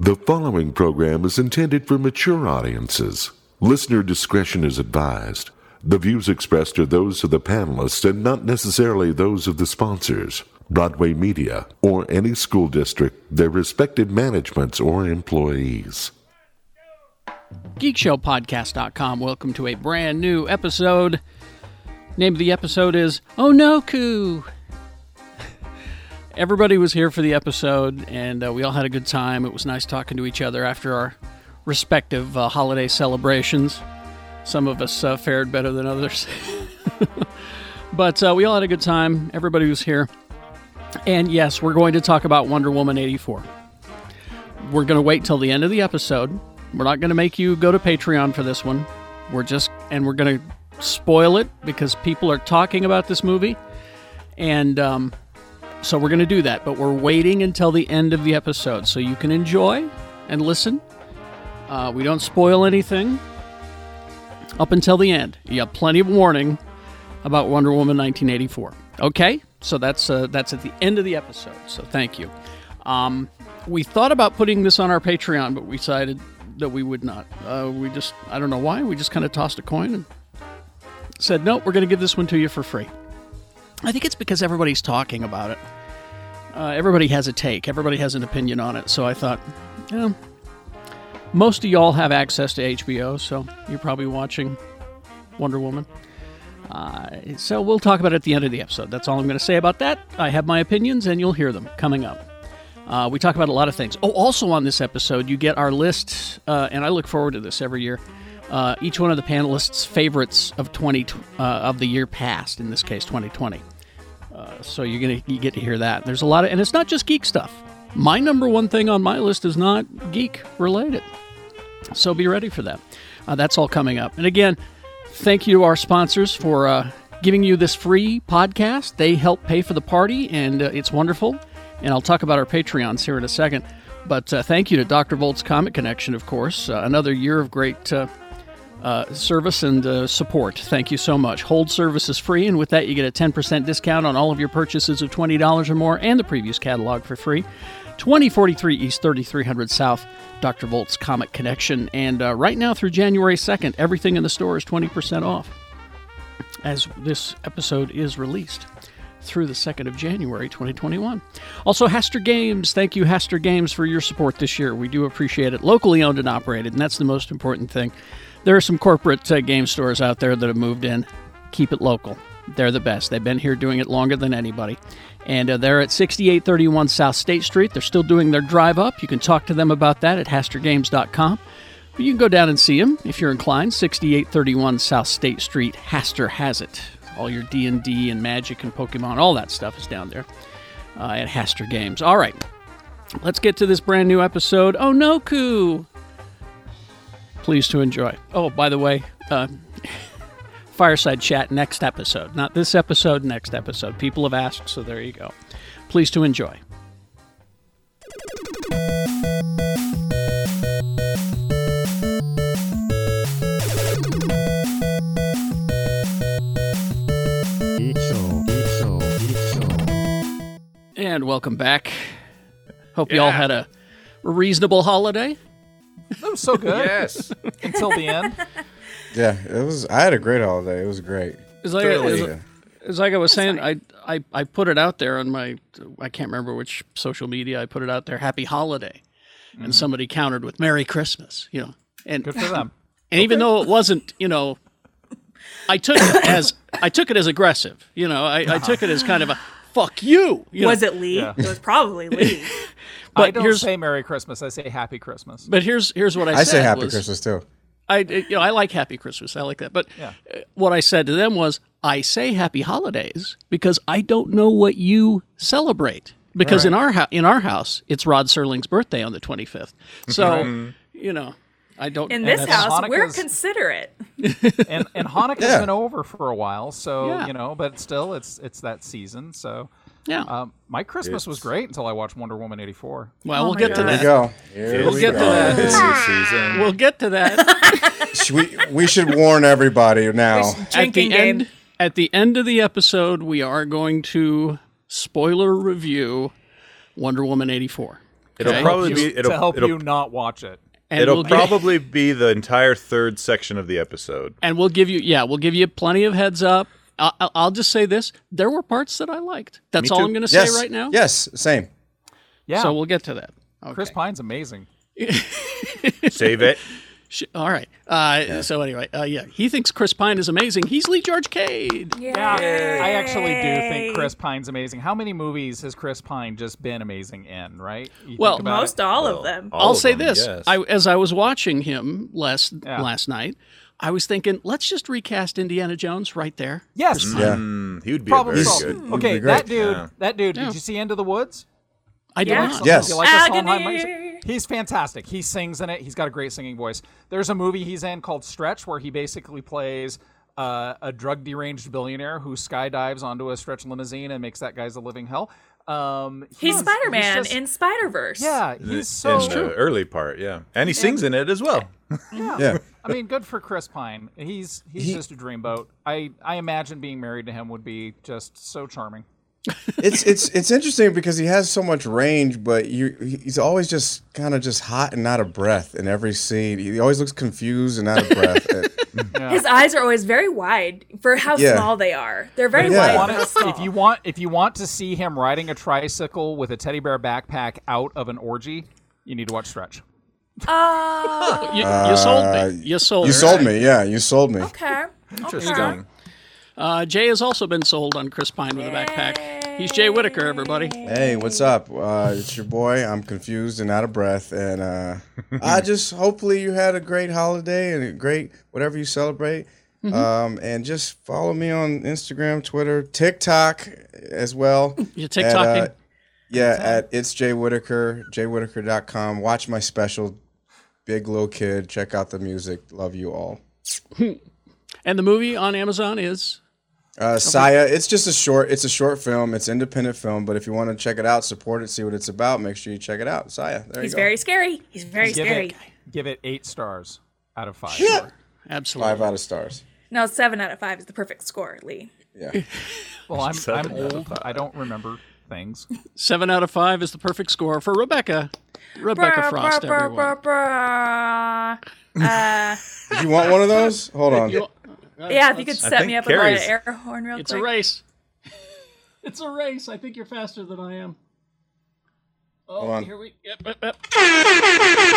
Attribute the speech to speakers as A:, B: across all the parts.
A: The following program is intended for mature audiences. Listener discretion is advised. The views expressed are those of the panelists and not necessarily those of the sponsors, Broadway Media, or any school district, their respected managements, or employees.
B: GeekShowPodcast.com. Welcome to a brand new episode. Name of the episode is Onoku. Everybody was here for the episode, and uh, we all had a good time. It was nice talking to each other after our respective uh, holiday celebrations. Some of us uh, fared better than others, but uh, we all had a good time. Everybody was here, and yes, we're going to talk about Wonder Woman '84. We're going to wait till the end of the episode. We're not going to make you go to Patreon for this one. We're just and we're going to spoil it because people are talking about this movie, and um, so we're going to do that. But we're waiting until the end of the episode so you can enjoy and listen. Uh, we don't spoil anything up until the end. You have plenty of warning about Wonder Woman 1984. Okay, so that's uh, that's at the end of the episode. So thank you. Um, we thought about putting this on our Patreon, but we decided that we would not. Uh, we just I don't know why. We just kind of tossed a coin and said no. We're going to give this one to you for free. I think it's because everybody's talking about it. Uh, everybody has a take. Everybody has an opinion on it. So I thought, yeah, most of y'all have access to HBO, so you're probably watching Wonder Woman. Uh, so we'll talk about it at the end of the episode. That's all I'm going to say about that. I have my opinions, and you'll hear them coming up. Uh, we talk about a lot of things. Oh, also on this episode, you get our list, uh, and I look forward to this every year. Uh, each one of the panelists' favorites of twenty uh, of the year past, in this case, 2020. Uh, so you're gonna you get to hear that. There's a lot of, and it's not just geek stuff. My number one thing on my list is not geek related. So be ready for that. Uh, that's all coming up. And again, thank you to our sponsors for uh, giving you this free podcast. They help pay for the party, and uh, it's wonderful. And I'll talk about our Patreons here in a second. But uh, thank you to Dr. Volt's Comic Connection, of course. Uh, another year of great uh, uh, service and uh, support. Thank you so much. Hold service is free, and with that, you get a 10% discount on all of your purchases of $20 or more and the previous catalog for free. 2043 East, 3300 South, Dr. Volt's Comic Connection. And uh, right now through January 2nd, everything in the store is 20% off as this episode is released through the 2nd of January 2021. Also, Haster Games. Thank you, Haster Games, for your support this year. We do appreciate it. Locally owned and operated, and that's the most important thing. There are some corporate uh, game stores out there that have moved in. Keep it local. They're the best. They've been here doing it longer than anybody. And uh, they're at 6831 South State Street. They're still doing their drive up. You can talk to them about that at hastergames.com. But you can go down and see him if you're inclined. 6831 South State Street, Haster has it. All your D&D and Magic and Pokemon, all that stuff is down there uh, at Haster Games. All right, let's get to this brand new episode. Onoku! Please to enjoy. Oh, by the way, uh, fireside chat next episode. Not this episode, next episode. People have asked, so there you go. Please to enjoy. And welcome back. Hope you all
C: Yeah.
B: had a reasonable holiday.
D: That was so good.
C: Yes.
D: Until the end.
E: Yeah, it was. I had a great holiday. It was great.
B: It's like, it's,
E: Yeah.
B: it's like I was saying, I, I I put it out there on my I can't remember which social media I put it out there. Happy holiday, and somebody countered with Merry Christmas. You know, and
D: Mm-hmm. Good for them.
B: and even though it wasn't, you know, I took it as I took it as aggressive. You know, I,
D: Uh-huh.
B: I took it as kind of a fuck you. you
F: Was
B: know.
F: it Lee? It was probably Lee.
D: I
B: But
D: don't
B: here's-
D: say Merry Christmas. I say Happy Christmas.
B: But here's here's what I,
E: I say
B: said
E: Happy
B: was-
E: Christmas too.
B: I you know I like Happy Christmas. I like that. But
D: Yeah.
B: uh, what I said to them was, I say Happy Holidays because I don't know what you celebrate. Because in our hou- in our house, it's Rod Serling's birthday on the 25th. So you know, I don't.
F: In
B: and
F: this
B: that's-
F: house, we're
D: Hanukkah's-
F: considerate.
D: And and Hanukkah's
E: Yeah.
D: been over for a while, so
B: Yeah.
D: you know, but still it's it's that season. So
B: yeah.
D: um, my Christmas was great until I watched Wonder Woman eighty four.
B: well,
F: oh
B: we'll
F: my
B: get to
F: God.
E: Here
B: that.
E: we go. Here
B: We'll
E: we
B: get to
E: go.
B: that.
C: It's the season.
B: We'll get to that
E: Should we we should warn everybody now.
B: at the
F: Drinking game.
B: end. At the end of the episode, we are going to spoiler review Wonder Woman 84.
C: It'll
B: Okay.
C: probably
D: You-
C: be it'll,
D: to help
C: it'll,
D: you not watch it.
B: And
C: it'll
B: we'll gi-
C: probably be the entire third section of the episode.
B: and we'll give you yeah we'll give you plenty of heads up. I'll, I'll- I'll just say this: there were parts that I liked. That's
C: Me
B: all
C: too.
B: I'm going to
E: Yes.
B: say right now.
E: Yes. Same.
D: Yeah,
B: So we'll get to that. Okay.
D: Chris Pine's amazing.
C: Save it.
B: Sh- All right. Uh, So anyway, uh, yeah, he thinks Chris Pine is amazing. He's Lee George Cade.
D: Yeah, I actually do think Chris Pine's amazing. How many movies has Chris Pine just been amazing in? Right? You think
B: Well,
D: about it.
F: Most all of them.
C: All
B: I'll
C: of
B: say
C: them,
B: this:
C: yes.
B: I, as I was watching him last
D: Yeah.
B: last night, I was thinking, let's just recast Indiana Jones right there.
D: yes,
E: Yeah.
C: Mm, he would be a
D: problem
C: very
D: solved.
C: good.
D: Okay,
E: be
D: that
E: great.
D: dude,
C: Yeah.
D: that dude.
B: Yeah.
D: Did you see End of the Woods?
B: I do
F: Yeah.
B: not.
E: Yes.
D: You like the Sondheim
F: Agony.
D: Meister? He's fantastic. He sings in it. He's got a great singing voice. There's a movie he's in called Stretch where he basically plays uh, a drug deranged billionaire who skydives onto a stretch limousine and makes that guy's a living hell. Um,
F: He's
D: he's
F: Spider Man
D: just-
F: in Spider Verse.
D: yeah,
C: In
D: he's so.
C: the early part, yeah, and he sings in it as well.
E: Yeah.
D: I mean, good for Chris Pine. He's he's
E: He-
D: just a dreamboat. I I imagine being married to him would be just so charming.
E: It's it's it's interesting because he has so much range, but you he- he's always just kind of just hot and out of breath in every scene. He always looks confused and out of breath. And-
F: His eyes are always very wide for how
E: Yeah.
F: small they are. They're very
E: Yeah.
F: wide.
D: want
F: for
D: it-
F: how small.
D: if you want if you want to see him riding a tricycle with a teddy bear backpack out of an orgy, you need to watch Stretch.
F: Uh,
B: You, you sold me. You sold.
E: you
B: me.
E: sold me, yeah. You sold me.
F: okay.
C: Interesting.
B: Uh, Jay has also been sold on Chris Pine with a backpack. He's Jay Whitaker, everybody.
E: Hey, what's up? Uh, it's your boy. I'm confused and out of breath, and uh, I just hopefully you had a great holiday and a great whatever you celebrate. Um, and just follow me on Instagram, Twitter, TikTok as well.
B: You're
E: At, uh,
B: TikToking.
E: yeah, at it's Jay Whitaker, jaywhitaker.com. Watch my special, Big Little Kid. Check out the music. Love you all.
B: and the movie on Amazon is
E: Uh, Saya, it's just a short. It's a short film. It's independent film, but if you want to check it out, support it, see what it's about, make sure you check it out. Saya, there
F: He's
E: you go.
F: very scary. He's very
D: Give
F: scary.
D: it give it eight stars out of five.
B: absolutely.
E: Five out of stars.
F: No, seven out of five is the perfect score, Lee.
E: Yeah.
D: Well, I'm I'm
C: Seven out of
D: old. I don't remember things.
B: Seven out of five is the perfect score for Rebecca. Rebecca
F: Brr,
B: Frost,
F: brr, brr,
B: everyone.
F: brr, brr. Uh,
E: Did you want one of those? Hold on.
F: yeah, if you could
C: I
F: set
C: think
F: me up
C: Carrie's-
F: with an air horn real
B: It's a
F: quick.
B: race. It's a race. I think you're faster than I am. Oh,
E: Hold on.
B: here we. Yep, yep, yep.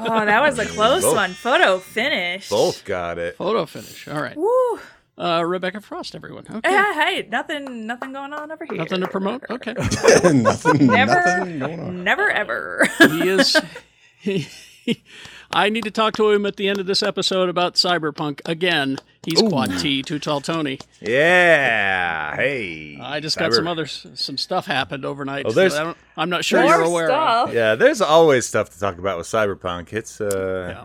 F: Oh, that was a close
C: Both.
F: one. Photo finish.
C: Both got it.
B: Photo finish. All right.
F: Woo.
B: Uh, Rebecca Frost, everyone. Okay.
F: Hey, hey, nothing, nothing going on over here.
B: Nothing to promote. Okay.
E: nothing.
F: Never,
E: Nothing going on.
F: never, ever.
B: he is. He, I need to talk to him at the end of this episode about cyberpunk again. He's quad T, too tall Tony.
C: Yeah. Hey.
B: I just got
C: Cyber-
B: some other s- some stuff happened overnight.
C: Oh, there's-
B: that I don't, I'm not sure you're aware. Of.
C: Yeah, there's always stuff to talk about with Cyberpunk. It's uh
B: Yeah.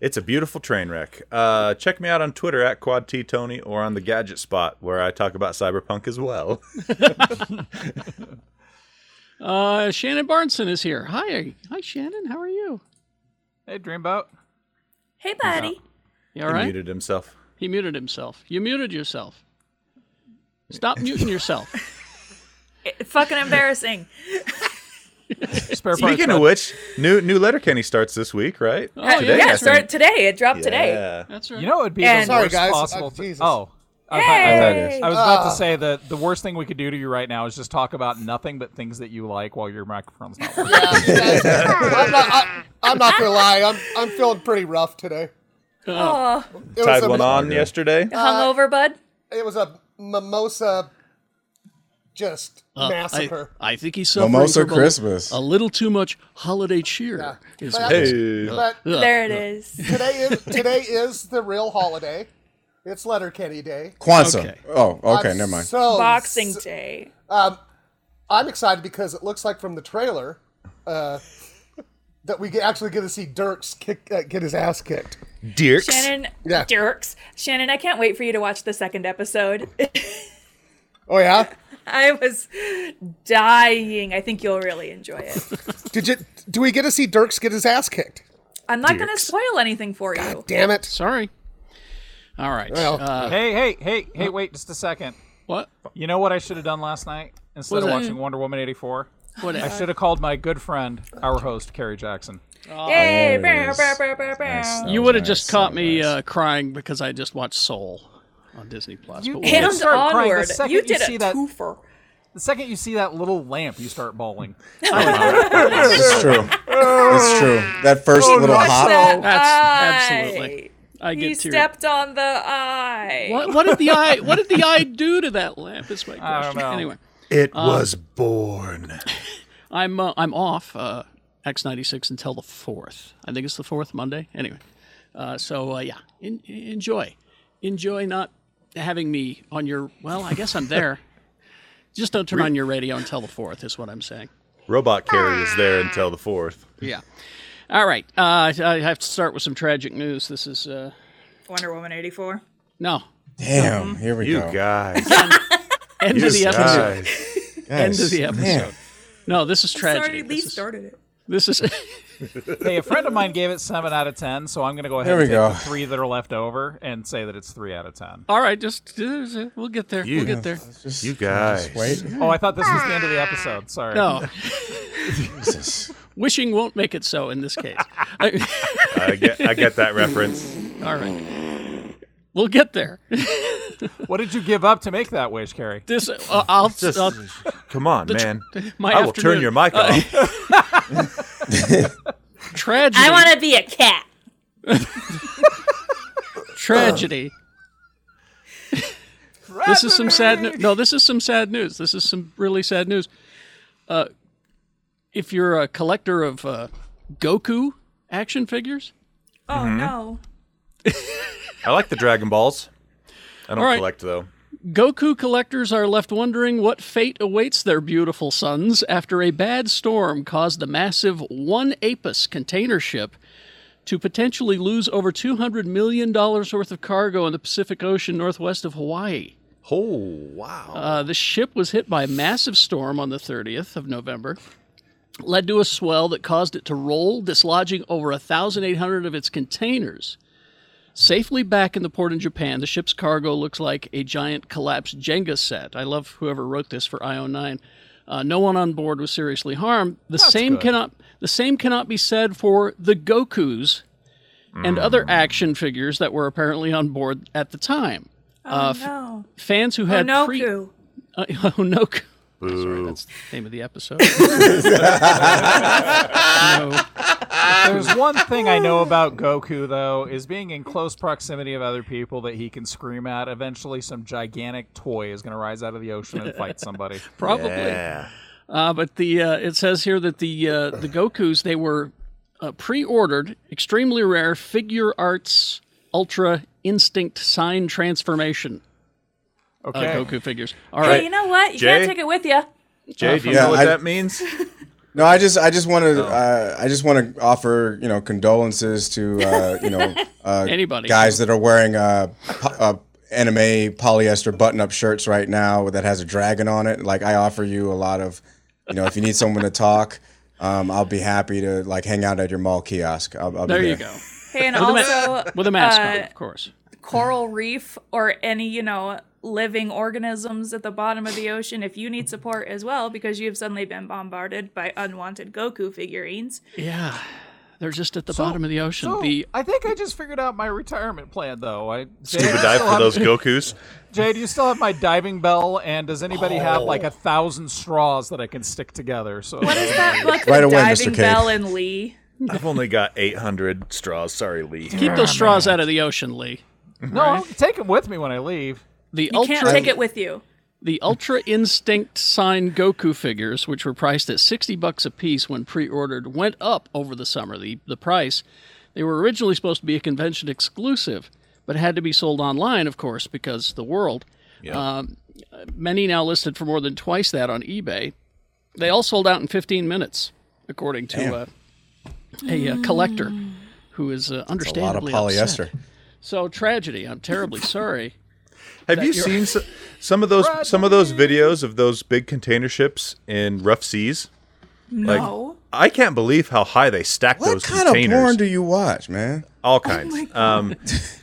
C: it's a beautiful train wreck. Uh check me out on Twitter at Quad T Tony or on the Gadget Spot where I talk about Cyberpunk as well.
B: Uh, Shannon Barneson is here. Hi, hi, Shannon. How are you?
D: Hey, Dreamboat.
F: Hey, buddy.
B: You all right?
C: He muted himself.
B: He muted himself. You muted yourself. Stop muting yourself.
F: It- fucking embarrassing.
D: Spare parts.
C: Speaking of which, new new Letterkenny starts this week, right?
B: Oh,
C: Today,
B: yeah,
C: I
F: yeah, start
C: think.
F: today. It dropped today.
C: Yeah.
B: That's right.
D: you know, it would be
F: And-
D: the
F: Sorry,
D: worst
G: guys.
D: possible.
G: Oh,
D: thi-
G: Jesus. Ah.
D: oh. I, thought- I thought-
F: Hey.
D: I was about to say that the worst thing we could do to you right now is just talk about nothing but things that you like while your microphone's not working.
G: Yeah, you guys- I'm not, I, am not gonna lie. I'm I'm feeling pretty rough today.
F: Oh,
G: It was,
C: Tied
G: a,
C: one on yesterday.
F: hungover, bud.
G: it was a mimosa, just
B: Uh,
G: massacre.
B: I, I think he's suffering
E: Mimosa
B: from a-
E: Christmas.
B: A, little too much holiday cheer. Is
G: But-
C: Hey.
G: But
F: There it is.
G: today is today is the real holiday. It's Letterkenny Day.
E: Kwanzaa.
B: Okay.
E: Oh, okay.
G: I'm
E: never mind.
G: So um,
F: Boxing Day.
G: I'm excited because it looks like from the trailer uh, that we get, actually get to see Dirks kick uh, get his ass kicked.
C: Dirks.
F: Shannon
G: Yeah.
F: Dirks. Shannon, I can't wait for you to watch the second episode.
G: Oh yeah.
F: I was dying. I think you'll really enjoy it.
G: Did you? Do we get to see Dirks get his ass kicked?
F: I'm not going to spoil anything for you.
G: Damn it!
B: Sorry. All right.
G: Well,
B: uh,
D: hey, hey, hey, hey! Wait, just a second.
B: what?
D: You know what I should have done last night instead
B: What's
D: of
B: that?
D: watching Wonder Woman 84? I
B: Whatever.
D: should have called my good friend, our host, Carrie Jackson.
F: Yay!
E: Nice.
F: Bow, bow, bow, bow, bow.
B: You would have just
E: Nice,
B: caught me
E: nice.
B: uh, crying because I just watched Soul on Disney Plus. but whatever.
D: did.
F: And
D: start crying the
F: onward.
D: second
F: You
D: you
F: did
D: see
F: a
D: that-
F: twofer.
D: The second you see that little lamp, you start bawling.
E: It's true. It's true. That first little hop.
F: Oh, That
B: That's-
F: eye.
B: absolutely. I
F: He
B: get teary.
F: stepped on the eye.
B: What, what did the eye? What did the eye do to that lamp? Is my question.
D: I don't know.
B: Anyway,
C: It
B: uh,
C: was born.
B: I'm uh, I'm off uh, X96 until the fourth. I think it's the fourth Monday. Anyway, uh, so uh, yeah, en enjoy, enjoy not having me on your. Well, I guess I'm there. Just don't turn on your radio until the fourth. Is what I'm saying.
C: Robot Carrie is there until the fourth.
B: Yeah. All right. Uh, I I have to start with some tragic news. This is uh,
F: Wonder Woman 84.
B: no
E: Damn. Here we
C: You
E: go.
C: guys.
B: end
C: You
B: of the episode.
C: guys.
E: Guys,
B: End of the episode.
E: man.
B: No, this is
F: Sorry,
B: tragic.
F: Lee
B: This is,
F: started it.
B: this is
D: hey, a friend of mine gave it seven out of ten, so I'm gonna go ahead
E: There we
D: and take
E: go.
D: the three that are left over and say that it's three out of ten.
B: all right. Just uh, we'll get there. We'll get there.
E: Just-
C: You guys.
E: Wait.
D: Oh, I thought this was the end of the episode. Sorry.
B: No,
E: Jesus.
B: wishing won't make it so in this case. I-
C: I get, I get that reference.
B: all right. We'll get there.
D: What did you give up to make that wish, Carrie?
B: This uh, I'll,
C: Just,
B: I'll
C: come on, man.
B: my
C: I will turn
B: afternoon-
C: your mic off.
B: Tragedy.
F: I want to be a cat.
B: tragedy. this is some sad. No-, no, this is some sad news. This is some really sad news. Uh, if you're a collector of uh, Goku action figures,
F: Oh
B: Mm-hmm.
F: no.
C: I like the Dragon Balls. I don't
B: Uh, All right.
C: collect though.
B: Goku collectors are left wondering what fate awaits their beautiful sons after a bad storm caused the massive One Apis container ship to potentially lose over $200 million worth of cargo in the Pacific Ocean northwest of Hawaii.
C: Oh wow!
B: Uh, the ship was hit by a massive storm on the 30th of November, led to a swell that caused it to roll, dislodging over 1,800 of its containers. Safely back in the port in Japan, the ship's cargo looks like a giant collapsed Jenga set. I love whoever wrote this for IO9. Uh, no one on board was seriously harmed. The same cannot the same cannot be said for the Goku's and other action figures that were apparently on board at the time. Uh,
F: Oh no.
B: Fans who had
F: No
B: pre-
F: coup.
B: uh, oh no! c-
C: Boo.
B: That's the name of the episode.
D: There's one thing I know about Goku though is being in close proximity of other people that he can scream at. Eventually, some gigantic toy is gonna rise out of the ocean and fight somebody.
B: Probably.
C: yeah.
B: Uh, but the uh, it says here that the uh, the Goku's they were uh, pre-ordered, extremely rare figure arts ultra instinct sign transformation uh,
D: Okay.
B: Goku figures. All right.
F: Hey, you know what? You
C: Jay?
F: can't take it with you.
C: Jay, do you
E: Yeah,
C: know what
E: I-
C: that means?
E: No, I just, I just want to, uh, I just want to offer, you know, condolences to, uh, you know, uh,
B: Anybody.
E: guys that are wearing uh, po- uh, anime polyester button-up shirts right now that has a dragon on it. Like, I offer you a lot of, you know, if you need someone to talk, um, I'll be happy to like hang out at your mall kiosk. I'll, I'll be
B: There you go.
F: Hey, and
B: With a ma-
F: also
B: With a mask on,
F: uh,
B: of course.
F: coral reef or any you know living organisms at the bottom of the ocean if you need support as well because you've suddenly been bombarded by unwanted Goku figurines.
B: Yeah. They're just at the bottom of the ocean.
D: So,
B: the
D: I think I just figured out my retirement plan though. I Jay, do you
C: Scuba dive
D: still
C: for
D: have-
C: those Goku's.
D: Jay, do you still have my diving bell? And does
B: Oh.
D: anybody have like a thousand straws that I can stick together? So
F: What is that like
E: Right
F: the
E: away, Mr.
F: diving
E: Cave.
F: bell in Lee?
C: I've only got 800 straws. Sorry, Lee.
B: keep those straws out of the ocean, Lee.
D: no, I'll take them with me when I leave.
B: The
F: You
B: ultra
F: can't take it with you.
B: The Ultra Instinct signed Goku figures, which were priced at 60 bucks a piece when pre-ordered, went up over the summer. The the price they were originally supposed to be a convention exclusive, but had to be sold online, of course, because the world. Um, many now listed for more than twice that on eBay. They all sold out in 15 minutes, according to uh, a uh, collector who is uh,
E: A lot of
B: understandably
E: polyester.
B: upset. So tragedy. I'm terribly sorry.
C: Have you seen so, some of those some of those videos of those big container ships in rough seas?
F: No.
C: I can't believe how high they stack
E: What
C: those
E: kind
C: containers.
E: of porn do you Oh watch, man?
C: All kinds. um,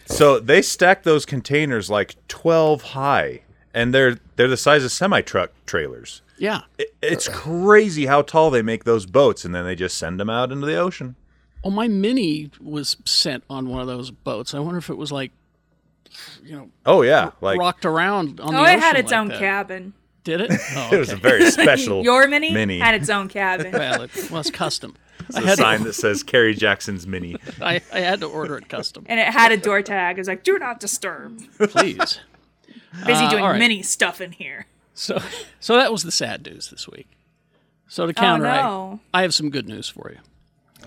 C: so they stack those containers like 12 high, and they're they're the size of semi truck trailers.
B: Yeah.
C: It, it's crazy how tall they make those boats, and then they just send them out into the ocean.
B: Well, my mini was sent on one of those boats. I wonder if it was like, you know,
C: Oh yeah, like
B: rocked around on the
F: Oh,
B: ocean.
F: it had its
B: like
F: own
B: that.
F: cabin.
B: Did it? Oh,
C: it was a
B: okay.
C: very special
F: Your mini,
C: mini.
F: had its own cabin.
B: well, it was custom. I
C: It's a
B: had,
C: sign
B: to,
C: that says Carrie Jackson's mini.
B: I, I had to order it custom.
F: and it had a door tag. It was like, do not disturb.
B: Please.
F: Busy
B: Uh,
F: doing
B: all right.
F: mini stuff in here.
B: So, so that was the sad news this week. So to counteract,
F: Oh, no.
B: I have some good news for you.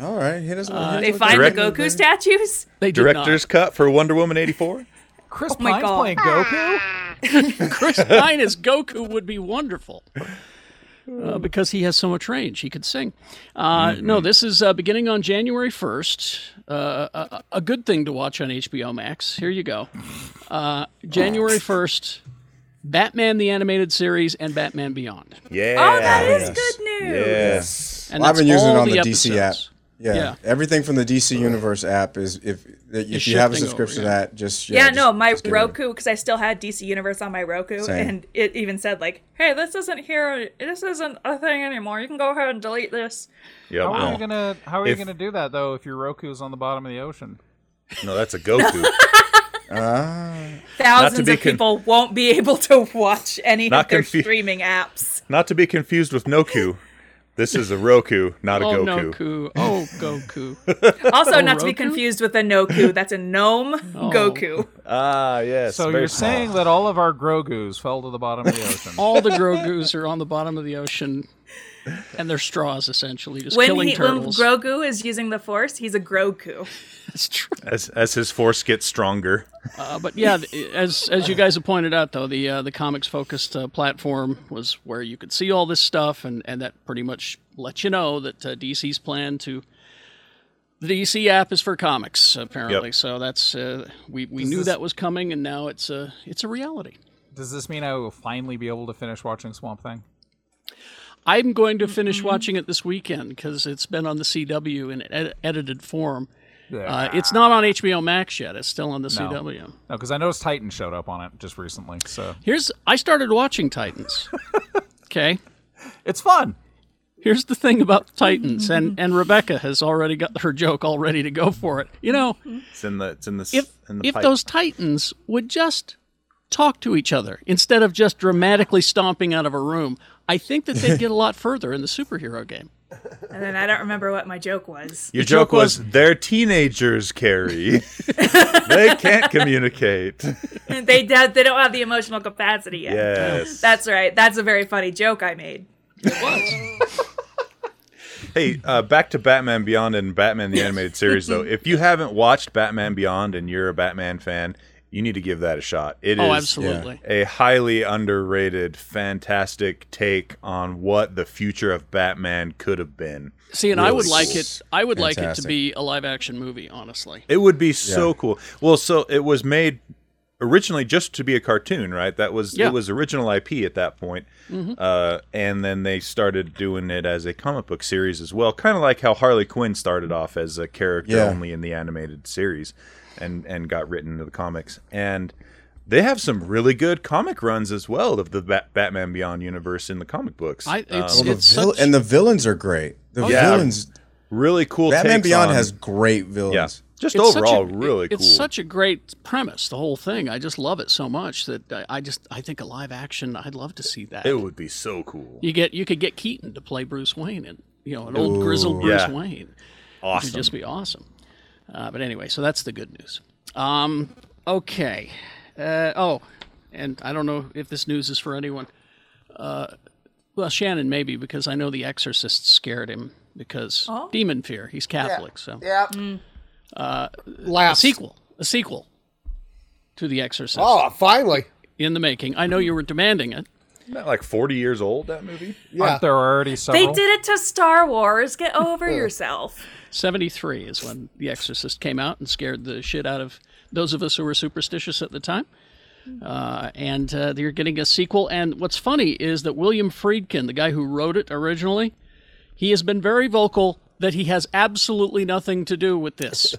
E: All right, hit us. hit us
F: They
E: with
F: find
E: that.
F: the Goku statues.
B: They did
C: Director's cut for Wonder Woman '84.
D: Chris
F: Oh my
D: Pine's
F: God.
D: playing Goku.
B: not. Chris Pine as Goku would be wonderful uh, because he has so much range. He could sing. Uh,
E: Mm-hmm.
B: No, this is uh, beginning on January 1st. Uh, a, a good thing to watch on HBO Max. Here you go. Uh, January
E: Oh.
B: 1st, Batman the Animated Series and Batman Beyond.
C: Yeah.
F: Oh, that is
E: Yes.
F: good news.
C: Yeah.
B: And
E: Well, I've
B: that's
E: been using it
B: all
E: on the DC app.
B: episodes.
E: Yeah.
B: Yeah.
E: everything from the DC Universe app is if if you have
B: shifting
E: a
B: over,
E: subscription to
B: yeah.
E: that, just
F: Yeah,
E: just-
F: no, my
E: just get rid of it.
F: Roku because I still had DC Universe on my Roku,
E: Same.
F: and it even said like, "Hey, this isn't here. This isn't a thing anymore. You can go ahead and delete this."
C: Yeah.
D: How are
C: No.
D: you gonna How are
C: If-
D: you gonna do that though if your Roku's on the bottom of the ocean?
C: no, that's a Goku.
F: Thousands
C: be
F: of
C: con-
F: people won't be able to watch any
C: Not
F: of their
C: confu-
F: streaming apps.
C: Not to be confused with Noku. This is a Roku, not a
B: Oh,
C: Goku.
B: Noku. Oh, Goku.
F: Also, not to be
B: Roku?
F: confused with a Noku. That's a gnome Goku.
C: Ah, yes.
D: So
C: very
D: you're
C: small.
D: saying that all of our Grogu's fell to the bottom of the ocean?
B: all the Grogu's are on the bottom of the ocean, and they're straws essentially, just
F: When
B: killing
F: he when
B: turtles.
F: Grogu is using the Force, he's a Grogu.
B: That's true.
C: as as his force gets stronger.
B: Uh, but yeah, th- as as you guys have pointed out, though the uh, the comics focused uh, platform was where you could see all this stuff, and and that pretty much let you know that uh, DC's plan to the DC app is for comics apparently.
C: Yep.
B: So that's uh, we we knew that was coming, and now it's a it's a reality.
D: Does this mean I will finally be able to finish watching Swamp Thing?
B: I'm going to finish watching it this weekend because it's been on the CW in ed- edited form. Uh, it's not on HBO Max yet. It's still on the CW.
D: No, because I noticed Titan showed up on it just recently, so
B: Here's I started watching Titans. okay.
D: it's fun.
B: Here's the thing about Titans, and, and Rebecca has already got her joke all ready to go for it. You know,
C: It's in the it's in the s-
B: if
C: in the
B: if
C: pipe.
B: those Titans would just talk to each other instead of just dramatically stomping out of a room, I think that they'd get a lot further in the superhero game.
F: And then I don't remember what my joke was.
C: your joke was they're teenagers, Carrie. they can't communicate.
F: they don't- they don't have the emotional capacity yet.
C: Yes.
F: That's right. That's a very funny joke I made.
C: Hey, uh, back to Batman Beyond and Batman the Animated Series, though. If you haven't watched Batman Beyond and you're a Batman fan, you need to give that a shot. It is
B: Oh, absolutely.
C: a highly underrated, fantastic take on what the future of Batman could have been.
B: See, and I
C: Really
B: would like
C: cool.
B: it. I would like it to
E: Fantastic.
B: be a live action movie. Honestly,
C: It would be so cool. Well, so it was made originally just to be a cartoon, right? That was
B: Yeah. Mm-hmm.
C: it was original IP at that point, uh, and then they started doing it as a comic book series as well, kind of like how Harley Quinn started off as a character
E: Yeah.
C: only in the animated series, and and got written into the comics and. They have some really good comic runs as well of the Bat- Batman Beyond universe in the comic books.
B: I, it's,
E: Well, the
B: it's
E: vil-
B: such,
E: and the villains are great. The
C: yeah.
E: villains.
C: really cool.
E: Batman
C: takes
E: Beyond
C: on-
E: has great
C: yeah,
E: villains.
C: just
B: it's such a-
C: overall really
B: it's
C: cool.
B: such a great premise the whole thing i just love it so much that i, I just i think a live action i'd love to see that
C: it would be so cool.
B: you get you could get keaton to play bruce wayne and you know an old grizzled bruce
C: Yeah.
B: wayne it
C: Awesome.
B: would just be awesome uh, but anyway so that's the good news um okay uh, oh and i don't know if this news is for anyone uh well, Shannon maybe because I know The Exorcist scared him because demon fear. He's Catholic, so
G: Oh. Yeah.
F: Mm.
G: Last
B: sequel, a sequel to The Exorcist
G: Oh, finally.
B: in the making. I know you were demanding it.
C: Isn't that like 40 years old, that movie?
G: Yeah.
D: Aren't there already
F: They
D: several?
F: did it to Star Wars. Get over yourself.
B: 73 is when The Exorcist came out and scared the shit out of those of us who were superstitious at the time. Uh, and uh, they're getting a sequel. And what's funny is that William Friedkin, the guy who wrote it originally, he has been very vocal that he has absolutely nothing to do with this.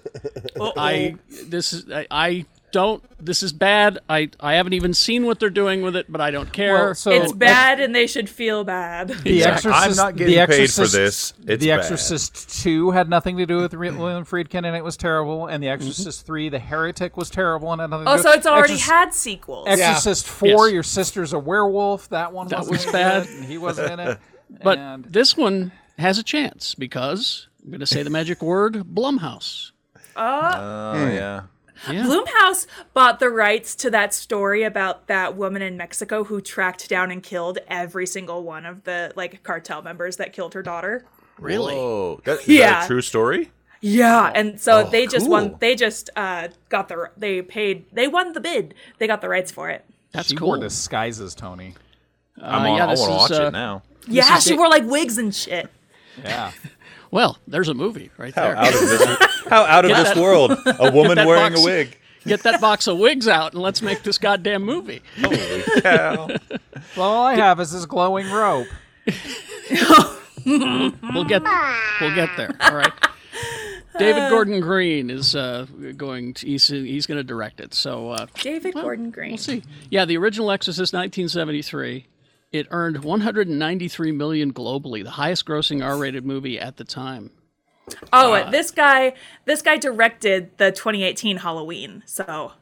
B: I this is I, I don't. This is bad. I I haven't even seen what they're doing with it, but I don't care.
D: Well, so
F: it's bad, and they should feel bad.
D: The Exorcist.
C: I'm not getting
D: the
C: paid for
D: Exorcist,
C: this. It's
D: the
C: bad.
D: Exorcist Two had nothing to do with Re- William Friedkin, and it was terrible. And The
C: Mm-hmm.
D: Exorcist Three, The Heretic, was terrible, and had nothing. to
F: Oh,
D: do
F: so it's already
D: Exorcist,
F: had sequels.
D: Exorcist Four,
B: Yes.
D: Your Sister's a Werewolf. That one
B: That
D: wasn't
B: was
D: any
B: bad.
D: good, and he wasn't in it.
B: but
D: and
B: this one has a chance because I'm going to say the magic word Blumhouse.
C: Oh yeah.
F: Bloomhouse bought the rights to that story about that woman in Mexico who tracked down and killed every single one of the like cartel members that killed her daughter.
B: Really?
C: Whoa. That, is that
F: Yeah.
C: a true story?
B: Oh.
F: Yeah, and so they just won.
C: cool.
F: They just uh, got the they paid. They won the bid. They got the rights for it.
B: That's
D: she wore
B: cool.
D: disguises, Tony.
C: I'm
B: Uh,
C: on,
B: yeah,
C: I
B: this
C: want to
B: is,
C: watch
B: uh,
C: it now.
F: Yeah,
B: is
F: she
B: it.
F: wore like wigs and shit.
D: Yeah,
B: Well, there's a movie right there.
C: Out of this, how out of
B: Get
C: this
B: that-
C: world? A woman
B: that
C: wearing
B: box.
C: a wig.
B: Get that box of wigs out and let's make this goddamn movie.
C: Holy cow.
D: well, all I have is this glowing rope.
B: We'll get we'll get there. All right. David Gordon Green is uh, going. To, he's he's going to direct it. So uh,
F: David Gordon Green.
B: We'll see. Yeah, the original Exorcist 1973. It earned 193 million globally, the highest grossing R-rated movie at the time.
F: Oh,
D: Uh,
F: and this guy, this guy directed the 2018 Halloween. So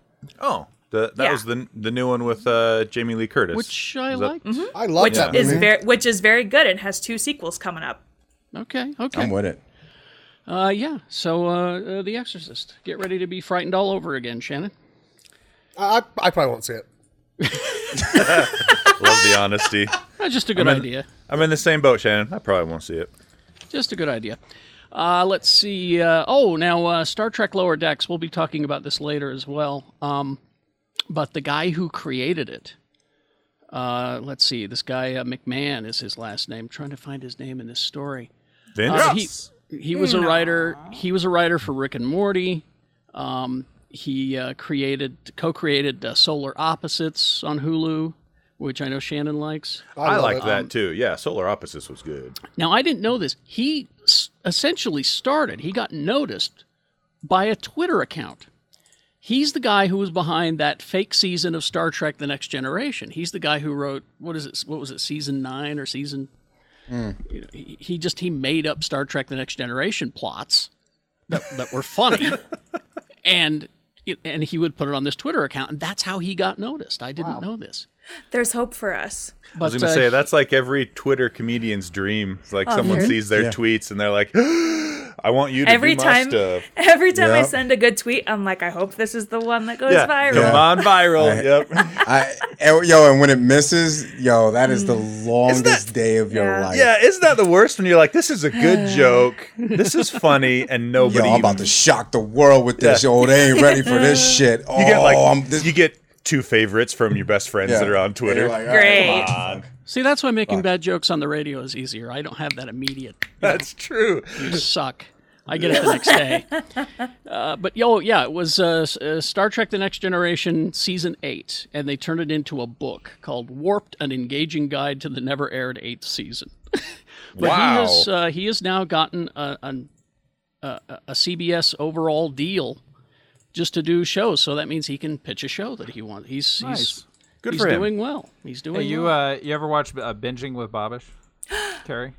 C: Oh, the, that
F: Yeah.
C: was the the new one with uh, Jamie Lee Curtis.
B: Which I
C: Is that- Mm-hmm.
B: liked.
G: I love
F: which
G: that.
F: is
B: Mm-hmm.
F: very, which is very good, and has two sequels coming up.
B: Okay,
E: I'm
B: okay.
E: with it.
B: Uh, yeah, so uh, uh, The Exorcist. Get ready to be frightened all over again, Shannon.
G: I, I probably won't see it.
C: Love the honesty.
B: That's Uh, just a good
C: I'm in-
B: idea.
C: I'm in the same boat, Shannon. I probably won't see it.
B: Just a good idea. Uh, let's see. Uh, oh, now uh, Star Trek Lower Decks. We'll be talking about this later as well. Um, but the guy who created it, uh, let's see. This guy uh, McMahon is his last name. trying to find his name in this story.
C: Vince.
B: Uh, he he was a writer. He was a writer for Rick and Morty. Um, he uh, created co-created uh, Solar Opposites on Hulu, which I know Shannon likes.
C: I
G: love
C: like
G: it.
C: that too. Yeah, Solar Opposites was good.
B: Now, I didn't know this. He s- essentially started, he got noticed by a Twitter account. He's the guy who was behind that fake season of Star Trek The Next Generation. He's the guy who wrote what is it what was it season 9 or season you know, he, he just he made up Star Trek The Next Generation plots that, that were funny. and it- and he would put it on this Twitter account and that's how he got noticed. I didn't know this.
F: There's hope for us.
B: But
C: I was gonna
B: uh, Oh,
C: say that's like every Twitter comedian's dream. It's like someone
F: yeah.
C: sees their
E: Yeah.
C: tweets and they're like, "I want you to
F: Every
C: do my
F: time,
C: stuff."
F: every time I
E: Yep.
F: send a good tweet, I'm like, I hope this is the one that goes
C: Yeah,
F: viral.
C: come on viral.
E: Right.
C: Yep.
E: I and- yo, and when it misses, yo, that is the longest day of your
F: Yeah.
E: life.
C: yeah, isn't that the worst when you're like, "This is a good joke. This is funny," and nobody.
E: Yo, I'm about to shock the world with this.
C: Yeah.
E: Yo, they ain't ready for this shit. Oh,
C: You get like
E: I'm this,
C: you get two favorites from your best friends
E: Yeah.
C: that are on
E: And
C: Twitter.
E: you're like, all
F: Great.
E: come on.
B: see that's why making bad jokes on the radio is easier. I don't have that immediate
C: That's true.
B: suck. I get it the next day. Uh, but yo, yeah, it was uh, S- uh, Star Trek: The Next Generation season eight, and they turned it into a book called "Warped: An Engaging Guide to the Never Aired Eighth Season." but he
C: Wow.
B: has uh, he has now gotten a, an- a, a CBS overall deal just to do shows, so that means he can pitch a show that he wants. He's he's
D: Nice.
C: Good
B: he's
C: for him.
B: doing well. He's doing
D: Hey, you
B: well.
D: uh, you ever watch uh, Binging with Bobbish? Terry,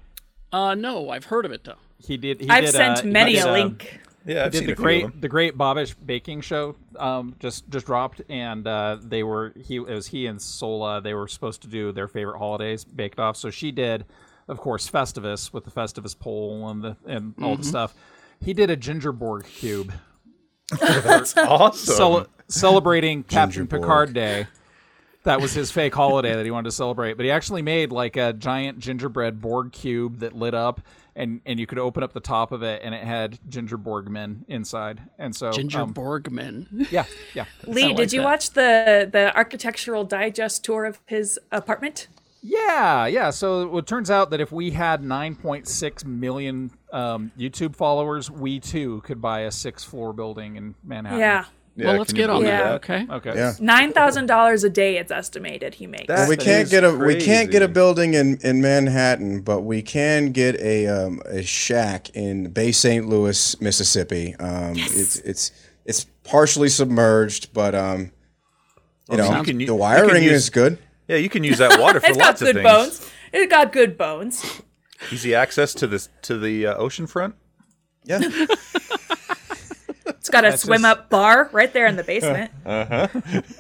B: Uh, no, I've heard of it though.
D: he did. He
F: I've
D: did,
F: sent
D: uh, he
F: many
D: did,
F: a
D: um,
F: link.
C: yeah, I've
D: did
C: seen
D: the
C: a few of them.
D: great the great Bobbish baking show um, just just dropped and uh, they were he it was he and Sola they were supposed to do their favorite holidays baked off so she did of course Festivus with the Festivus pole and the and all
F: Mm-hmm.
D: the stuff he did a gingerborg cube
C: awesome.
D: cele- celebrating Captain Picard Day. That was his fake holiday that he wanted to celebrate. But he actually made like a giant gingerbread Borg cube that lit up, and and you could open up the top of it, and it had ginger Borgmen inside. And so,
B: Ginger
D: um,
B: Borgman.
D: yeah, yeah,
F: Lee,
B: like
F: did you
B: that.
F: watch the the architectural digest tour of his apartment?
D: yeah, yeah. So it turns out that if we had 9.6 million um, YouTube followers, we too could buy a six-floor building in Manhattan.
F: Yeah.
C: Yeah,
B: well, let's
C: can you
B: get on
C: believe
F: Yeah.
B: that.
C: that?
B: Okay.
D: Okay.
E: Yeah.
F: Nine thousand dollars a day, it's estimated he makes.
C: That
E: we can't
C: is
E: get a we can't get a
C: crazy.
E: building in, in Manhattan, but we can get a um, a shack in Bay St. Louis, Mississippi. Um, it's it's it's partially submerged, but um, you know,
C: you can u-
E: the
C: you can
E: wiring
C: use-
E: is good.
C: Yeah, you can use that water for
F: It's got
C: lots of
F: good
C: things.
F: bones. It's got good bones.
C: Easy access to this to the uh, ocean front.
E: Yeah,
F: It's got a swim up bar right there in the basement.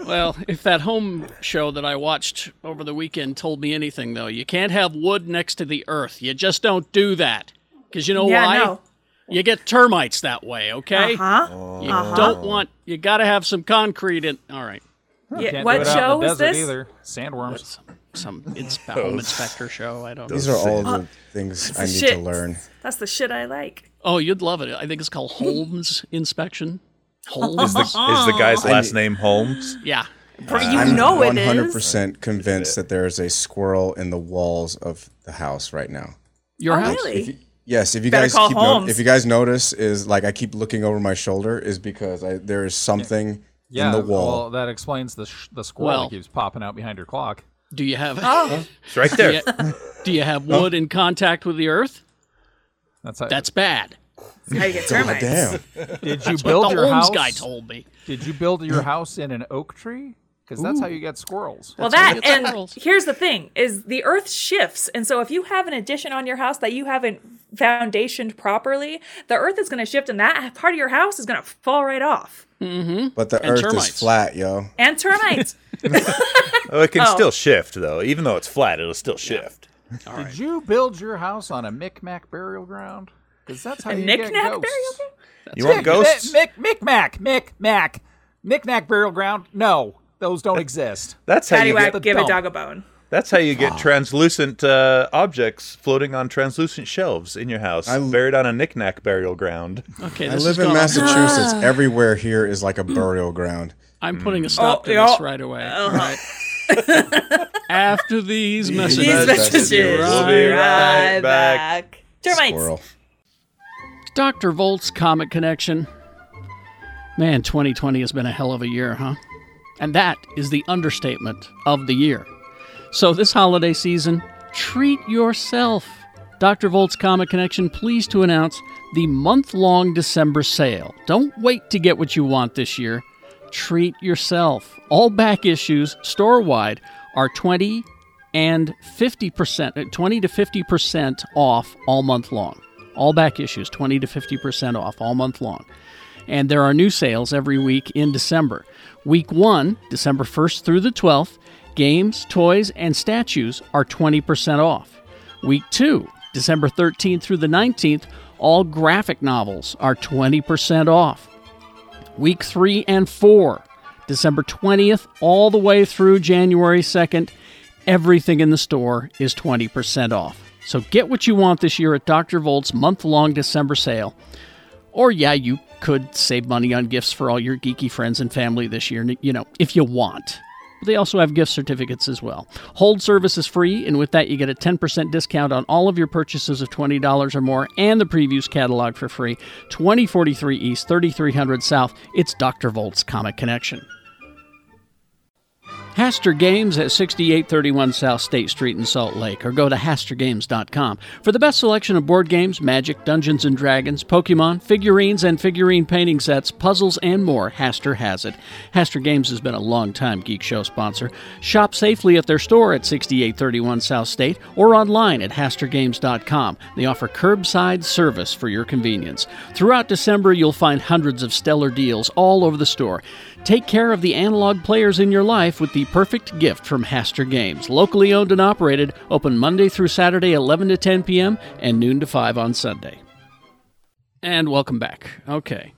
B: Well, if that home show that I watched over the weekend told me anything, though, you can't have wood next to the earth. You just don't do that. Because
D: Oh,
B: you know
F: yeah, Uh-huh.
B: why?
F: no.
B: You get termites that way, okay?
F: Huh?
B: You don't want, you got to have some concrete in. All right.
F: Yeah,
D: Can't do
F: what
D: it out in
F: show
D: the
F: is
D: desert
F: this?
D: Either. Sandworms.
B: Some inspe- home inspector show. I don't know.
E: these are all the things I need to
F: Uh, shit.
E: learn.
F: That's the shit I like.
B: Oh, you'd love it. I think it's called Holmes Inspection.
C: Is
B: Holmes?
C: the, is
F: Uh-uh.
C: the guy's last name Holmes?
B: yeah.
F: you
E: I'm
F: know Oh, it is.
E: 100% convinced that there is a squirrel in the walls of the house right now.
B: Your
F: Oh,
B: house?
F: really?
E: Yes, if you
F: Better
E: guys
F: call
E: keep no-
F: Holmes.
E: if you guys notice is like I keep looking over my shoulder is because I there is something
D: Yeah,
E: in the wall.
D: well, that explains the sh- the squirrel
B: Well.
D: that keeps popping out behind your clock.
B: Do you have
F: Oh.
C: It's right there.
B: do, you, do you have wood in contact with the earth?
D: That's how.
B: That's bad.
F: That's how you get
E: God
F: termites.
E: damn.
D: did you
B: But
D: build
B: the
D: your
B: Holmes
D: house?
B: guy told me.
D: Did you build your house in an oak tree? Because that's how you get squirrels.
F: Well,
B: That's
F: that
B: how you get
F: and
B: squirrels.
F: here's the thing: is the Earth shifts, and so if you have an addition on your house that you haven't foundationed properly, the Earth is going to shift, and that part of your house is going to fall right off.
E: But the earth
B: termites.
E: is flat, yo.
F: And termites.
C: Oh, it can still shift though, even though it's flat, it'll still shift.
D: did you build your house on a Micmac burial ground? Because that's how you get
F: Knick-knack
D: ghosts.
F: burial ground?
C: You want ghosts?
D: Mic Micmac Micmac Micmac burial ground. No, those
E: Uh,
D: don't exist.
C: That's how you get.
F: Paddywhack, give a
D: dump.
F: dog a bone.
C: That's how you get translucent uh, objects floating on translucent shelves in your house, buried on a knickknack burial ground.
B: Okay,
E: I
B: this
E: live
B: is
E: in
B: gone off-
F: Ah.
E: Massachusetts. Everywhere here is like a burial ground.
B: I'm putting a stop
F: Oh,
B: to
F: yeah.
B: this right away. All
F: Uh-huh.
B: right. After these messages.
F: These messages.
C: We'll be right
F: back. Termites.
E: Squirrel.
B: Dr. Volt's Comic Connection. Man, 2020 has been a hell of a year, huh? And that is the understatement of the year. So, this holiday season, treat yourself. Dr. Volt's Comic Connection, pleased to announce the month long December sale. Don't wait to get what you want this year. Treat yourself. All back issues, store wide, are 20 and 50%, uh, 20 to 50% off all month long. All back issues, 20 to 50% off all month long. And there are new sales every week in December. Week one, December 1st through the 12th, games, toys, and statues are 20% off. Week two, December 13th through the 19th, all graphic novels are 20% off week three and four, December 20th, all the way through January 2nd. Everything in the store is 20% off. So get what you want this year at Dr. Volt's month long December sale. Or, yeah, you could save money on gifts for all your geeky friends and family this year, you know, if you want. But they also have gift certificates as well. Hold service is free, and with that, you get a 10% discount on all of your purchases of $20 or more and the previews catalog for free. 2043 East, 3300 South. It's Dr. Volt's Comic Connection. Haster Games at 6831 South State Street in Salt Lake, or go to HasterGames.com for the best selection of board games, Magic, Dungeons and Dragons, Pokemon, figurines and figurine painting sets, puzzles, and more. Haster has it. Haster Games has been a long-time Geek Show sponsor. Shop safely at their store at 6831 South State or online at HasterGames.com. They offer curbside service for your convenience. Throughout December, you'll find hundreds of stellar deals all over the store. Take care of the analog players in your life with the perfect gift from Haster Games. Locally owned and operated, open Monday through Saturday, 11 to 10 p.m. and noon to 5 on Sunday. And welcome back. Okay.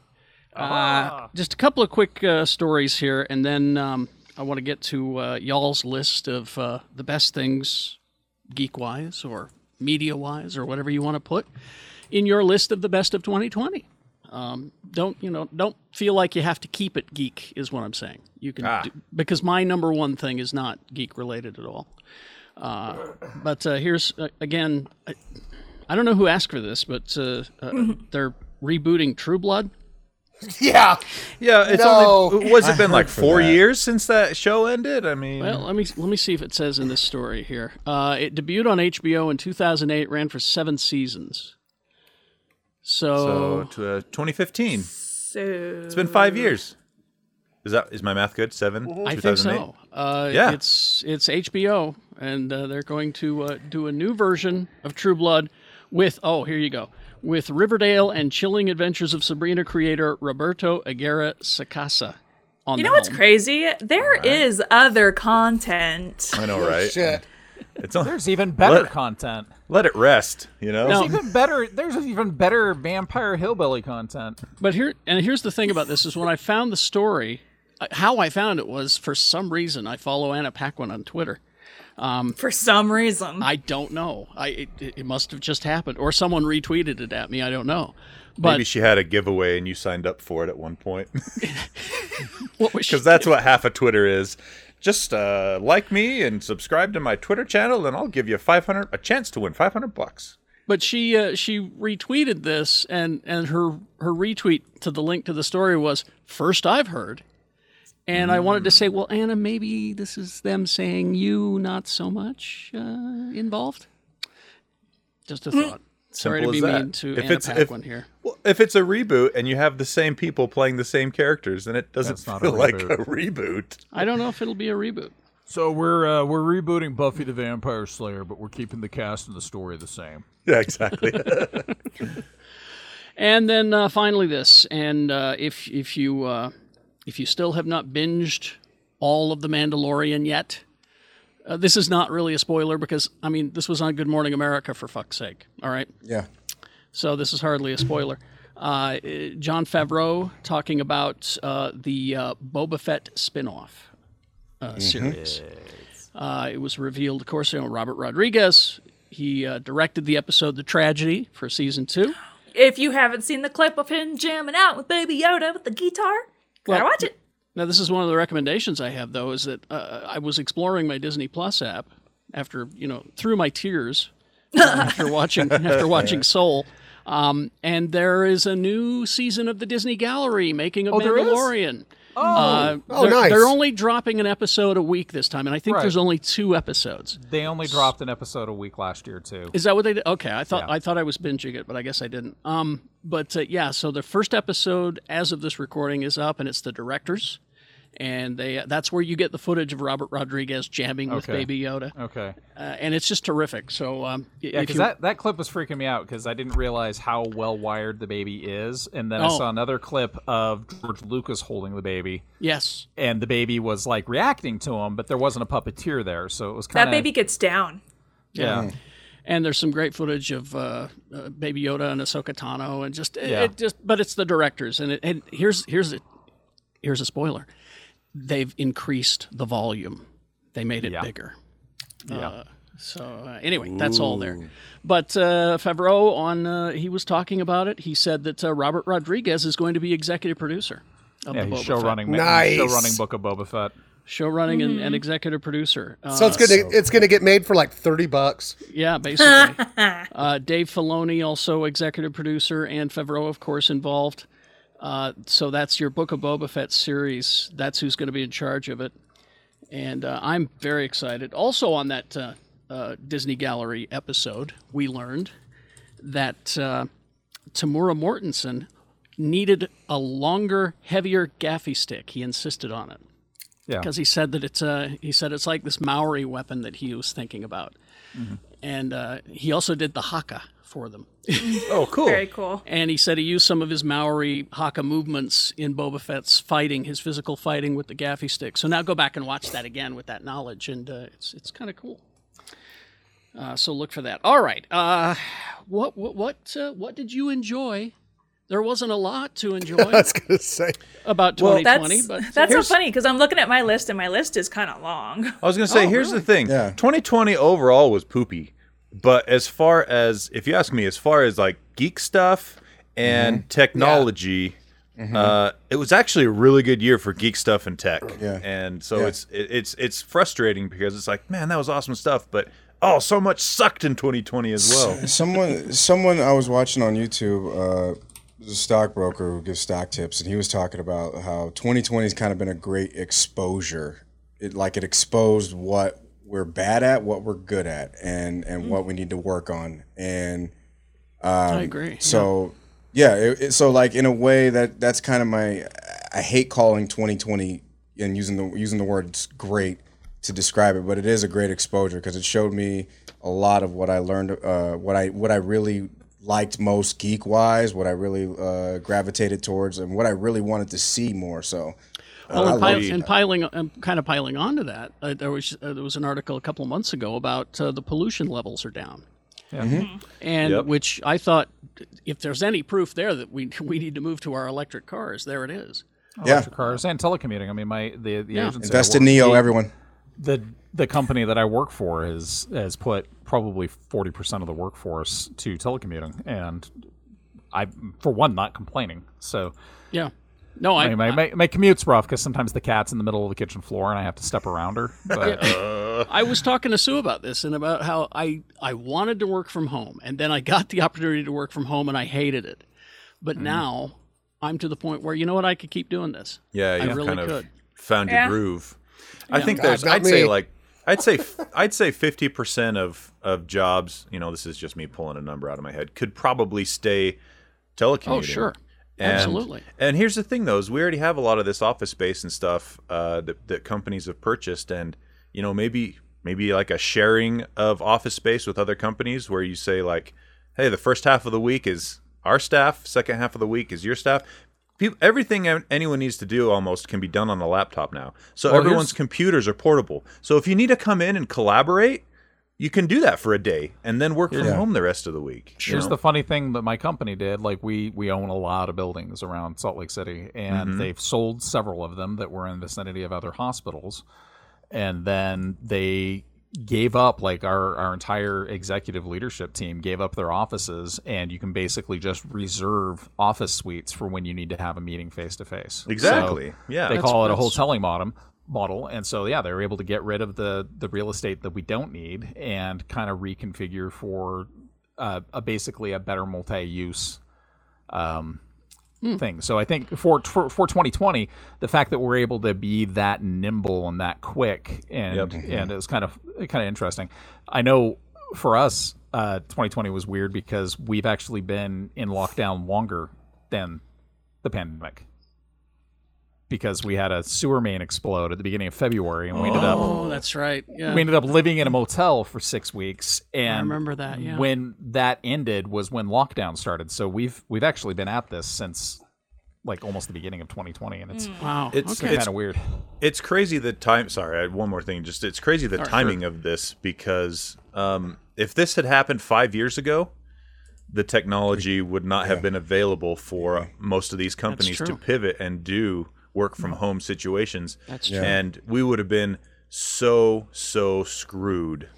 B: Uh, just a couple of quick uh, stories here, and then um, I want to get to uh, y'all's list of uh, the best things geek wise or media wise or whatever you want to put in your list of the best of 2020 don't you know don't feel like you have to keep it geek is what i'm saying you can do, because my number one thing is not geek related at all uh, but uh, here's uh, again I, I don't know who asked for this but uh, uh, they're rebooting true blood
G: Yeah.
C: Yeah, it's
G: No.
C: only was it been like
E: for
C: four
E: that.
C: years since that show ended? I mean,
B: well let me let me see if it says in this story here uh, it debuted on hbo in 2008 ran for seven seasons
C: so
B: so,
C: to, uh, 2015.
F: So
C: It's been five years. Is that is my math good? 7
B: I think
C: 2008?
B: so. Uh,
C: Yeah.
B: it's it's HBO, and uh, they're going to uh, do a new version of True Blood with oh here you go with Riverdale and Chilling Adventures of Sabrina creator Roberto Aguirre Sacasa. On
F: You
B: the
F: know what's
B: helm.
F: crazy? There is other content.
C: I know, right?
G: Shit.
C: It's on,
D: There's even better
C: What?
D: content.
C: let it rest. You know.
B: No.
D: Even better. There's even better vampire hillbilly content.
B: But here and here's the thing about this is when I found the story, uh, how I found it was for some reason I follow Anna Paquin on Twitter.
F: For some reason.
B: I don't know. I it, it must have just happened, or someone retweeted it at me. I don't know. But
C: Maybe she had a giveaway and you signed up for it at one point.
B: what was she
C: Because that's what half of Twitter is. Just uh, like me and subscribe to my Twitter channel, and I'll give you 500 a chance to win 500 bucks.
B: But she uh, she retweeted this, and and her her retweet to the link to the story was first I've heard, and I wanted to say, well, Anna, maybe this is them saying you not so much uh, involved. Just a thought. Sorry to
C: Mm. Simple
B: be
C: as that.
B: mean to
C: If
B: Anna
C: it's- if-
B: Paquin here.
C: Well, if it's a reboot and you have the same people playing the same characters, then it doesn't
D: That's not a
C: feel like
D: reboot.
C: a reboot.
B: I don't know if it'll be a reboot.
D: So we're uh, we're rebooting Buffy the Vampire Slayer, but we're keeping the cast and the story the same.
C: Yeah, exactly.
B: And then uh, finally, this. And uh, if if you uh, if you still have not binged all of the Mandalorian yet, uh, this is not really a spoiler because I mean this was on Good Morning America for fuck's sake. All right,
E: Yeah.
B: so this is hardly a spoiler. Uh, eh, John Favreau talking about uh, the uh, Boba Fett spinoff uh, series. Uh, it was revealed, of course, you know, Robert Rodriguez. He uh, directed the episode "The Tragedy" for season two.
F: if you haven't seen the clip of him jamming out with Baby Yoda with the guitar, gotta
B: Well,
F: watch it.
B: Now, this is one of the recommendations I have, though, is that uh, I was exploring my Disney Plus app after you know through my tears after watching after watching Soul, um, and there is a new season of the Disney Gallery making of
D: Oh, there is?
B: Mandalorian. Oh,
G: Oh,
B: they're,
G: nice.
B: They're only dropping an episode a week this time, and I think
D: Right.
B: there's only two episodes.
D: They only dropped an episode a week last year too.
B: Is that what they did? Okay, I thought I thought I was binging it, but I guess I didn't. Um, but uh, yeah, so the first episode as of this recording is up, and it's the directors, and they that's where you get the footage of Robert Rodriguez jamming with
D: Okay.
B: Baby Yoda, uh,
D: Okay.
B: and it's just terrific. So um, y-
D: Yeah,
B: if
D: because
B: you,
D: that, that clip was freaking me out because I didn't realize how well wired the baby is, and then I
B: Oh.
D: saw another clip of George Lucas holding the baby,
B: yes,
D: and the baby was like reacting to him, but there wasn't a puppeteer there, so it was
F: That
D: kind of
F: baby gets down.
D: Yeah,
B: and there's some great footage of uh, uh, Baby Yoda and Ahsoka Tano, and just it,
D: Yeah.
B: it just but it's the directors, and it, and here's here's a, here's a spoiler, they've increased the volume, they made it
D: Yeah.
B: bigger. So uh, anyway, that's all there. But uh, Favreau on uh, he was talking about it. He said that uh, Robert Rodriguez is going to be executive producer. Of
D: yeah,
B: the
D: he's
B: Boba
D: show running,
G: Nice.
D: show running Book of Boba Fett.
B: show running, and, and executive producer. Uh,
G: So it's gonna it's gonna get made for like thirty bucks.
B: yeah, basically. uh, Dave Filoni also executive producer, and Favreau of course involved. Uh, so that's your Book of Boba Fett series. That's who's going to be in charge of it, and uh, I'm very excited. Also on that uh, uh, Disney Gallery episode, we learned that uh, Tamura Mortensen needed a longer, heavier gaffy stick. He insisted on it.
D: Yeah.
B: Because he said that it's uh, he said it's like this Maori weapon that he was thinking about, and uh, he also did the haka for them.
C: oh, cool.
F: Very cool.
B: And he said he used some of his Maori haka movements in Boba Fett's fighting, his physical fighting with the gaffy stick. So now go back and watch that again with that knowledge, and uh, it's it's kind of cool. Uh, so look for that. All right, uh, what what what uh, what did you enjoy? There wasn't a lot to enjoy
G: I was gonna say.
B: about
C: Well,
B: 2020,
F: That's
B: but
F: that's so funny because I'm looking at my list and my list is kind of long.
C: I was gonna say, here's the thing.
E: Oh, Yeah.
C: 2020 overall was poopy, but as far as if you ask me, as far as like geek stuff and
E: Mm-hmm.
C: technology, uh, it was actually a really good year for geek stuff and tech.
E: Yeah.
C: And so
E: Yeah.
C: it's it, it's it's frustrating because it's like, man, that was awesome stuff, but oh, so much sucked in 2020 as well.
E: someone someone I was watching on YouTube, uh, was a stockbroker who gives stock tips, and he was talking about how 2020 has kind of been a great exposure. It like it exposed what we're bad at, what we're good at, and and what we need to work on. And
B: I agree.
E: so Yeah, it, it, so like in a way that that's kind of my I hate calling 2020 and using the using the word great to describe it, but it is a great exposure because it showed me a lot of what I learned, uh, what I what I really liked most geek wise, what I really uh, gravitated towards, and what I really wanted to see more. So, uh,
B: Well,
E: I
B: Oh, and,
E: love-
B: pil- and piling, and kind of piling onto that, uh, there was uh, there was an article a couple of months ago about uh, the pollution levels are down, Mm-hmm. and
C: Mm-hmm. Yep.
B: which I thought, if there's any proof there that we we need to move to our electric cars, there it is.
E: yeah,
D: Electric cars and telecommuting. I mean, my the the
B: Yeah.
D: agency I
E: invest in
D: work-
E: Neo,
D: the-
E: everyone.
D: the the company that I work for has has put probably forty percent of the workforce to telecommuting, and I, for one, not complaining. So
B: Yeah, no,
D: I
B: I,
D: mean, my, my, my commute's rough because sometimes the cat's in the middle of the kitchen floor and I have to step around her. But
B: I was talking to Sue about this and about how I, I wanted to work from home and then I got the opportunity to work from home and I hated it. But now I'm to the point where you know what I could keep doing this.
C: Yeah, you
B: really
C: kind of
B: could.
C: found your
F: Yeah.
C: groove. I think there's.
G: not
C: I'd say
G: me.
C: like. I'd say I'd say fifty percent of of jobs. You know, this is just me pulling a number out of my head. Could probably stay telecommuting.
B: Oh sure.
C: And-
B: Absolutely.
C: And here's the thing, though, is we already have a lot of this office space and stuff uh, that that companies have purchased, and you know maybe maybe like a sharing of office space with other companies, where you say like, hey, the first half of the week is our staff, second half of the week is your staff. People, everything an- anyone needs to do almost can be done on a laptop now. So everyone's computers are portable. So if you need to come in and collaborate, you can do that for a day and then work from home the rest of the week. you
D: Here's
C: know?
D: the funny thing that my company did. Like we we own a lot of buildings around Salt Lake City, and they've sold several of them that were in the vicinity of other hospitals, and then they gave up like our our entire executive leadership team gave up their offices and you can basically just reserve office suites for when you need to have a meeting face to face
C: Exactly. Yeah.
D: they call it a hoteling modem model and so yeah they were able to get rid of the the real estate that we don't need and kind of reconfigure for uh, a basically a better multi-use um thing so i think for, for for 2020 the fact that we're able to be that nimble and that quick and
C: Yep.
D: and it's kind of kind of interesting i know for us uh 2020 was weird because we've actually been in lockdown longer than the pandemic because we had a sewer main explode at the beginning of February, and we ended up
B: Oh, that's right. Yeah.
D: we ended up living in a motel for six weeks. And
B: remember that, yeah.
D: when that ended was when lockdown started. So we've we've actually been at this since like almost the beginning of 2020, and it's
B: wow.
C: It's-
B: okay.
C: it's-
D: kind of weird.
C: it's crazy the time sorry I had one more thing just it's crazy
B: Oh,
C: the timing of this because um, if this had happened five years ago the technology would not have been available for most of these companies to
B: true. Hmm.
C: pivot and do work from home situations
B: That's
C: true. and we would have been so so screwed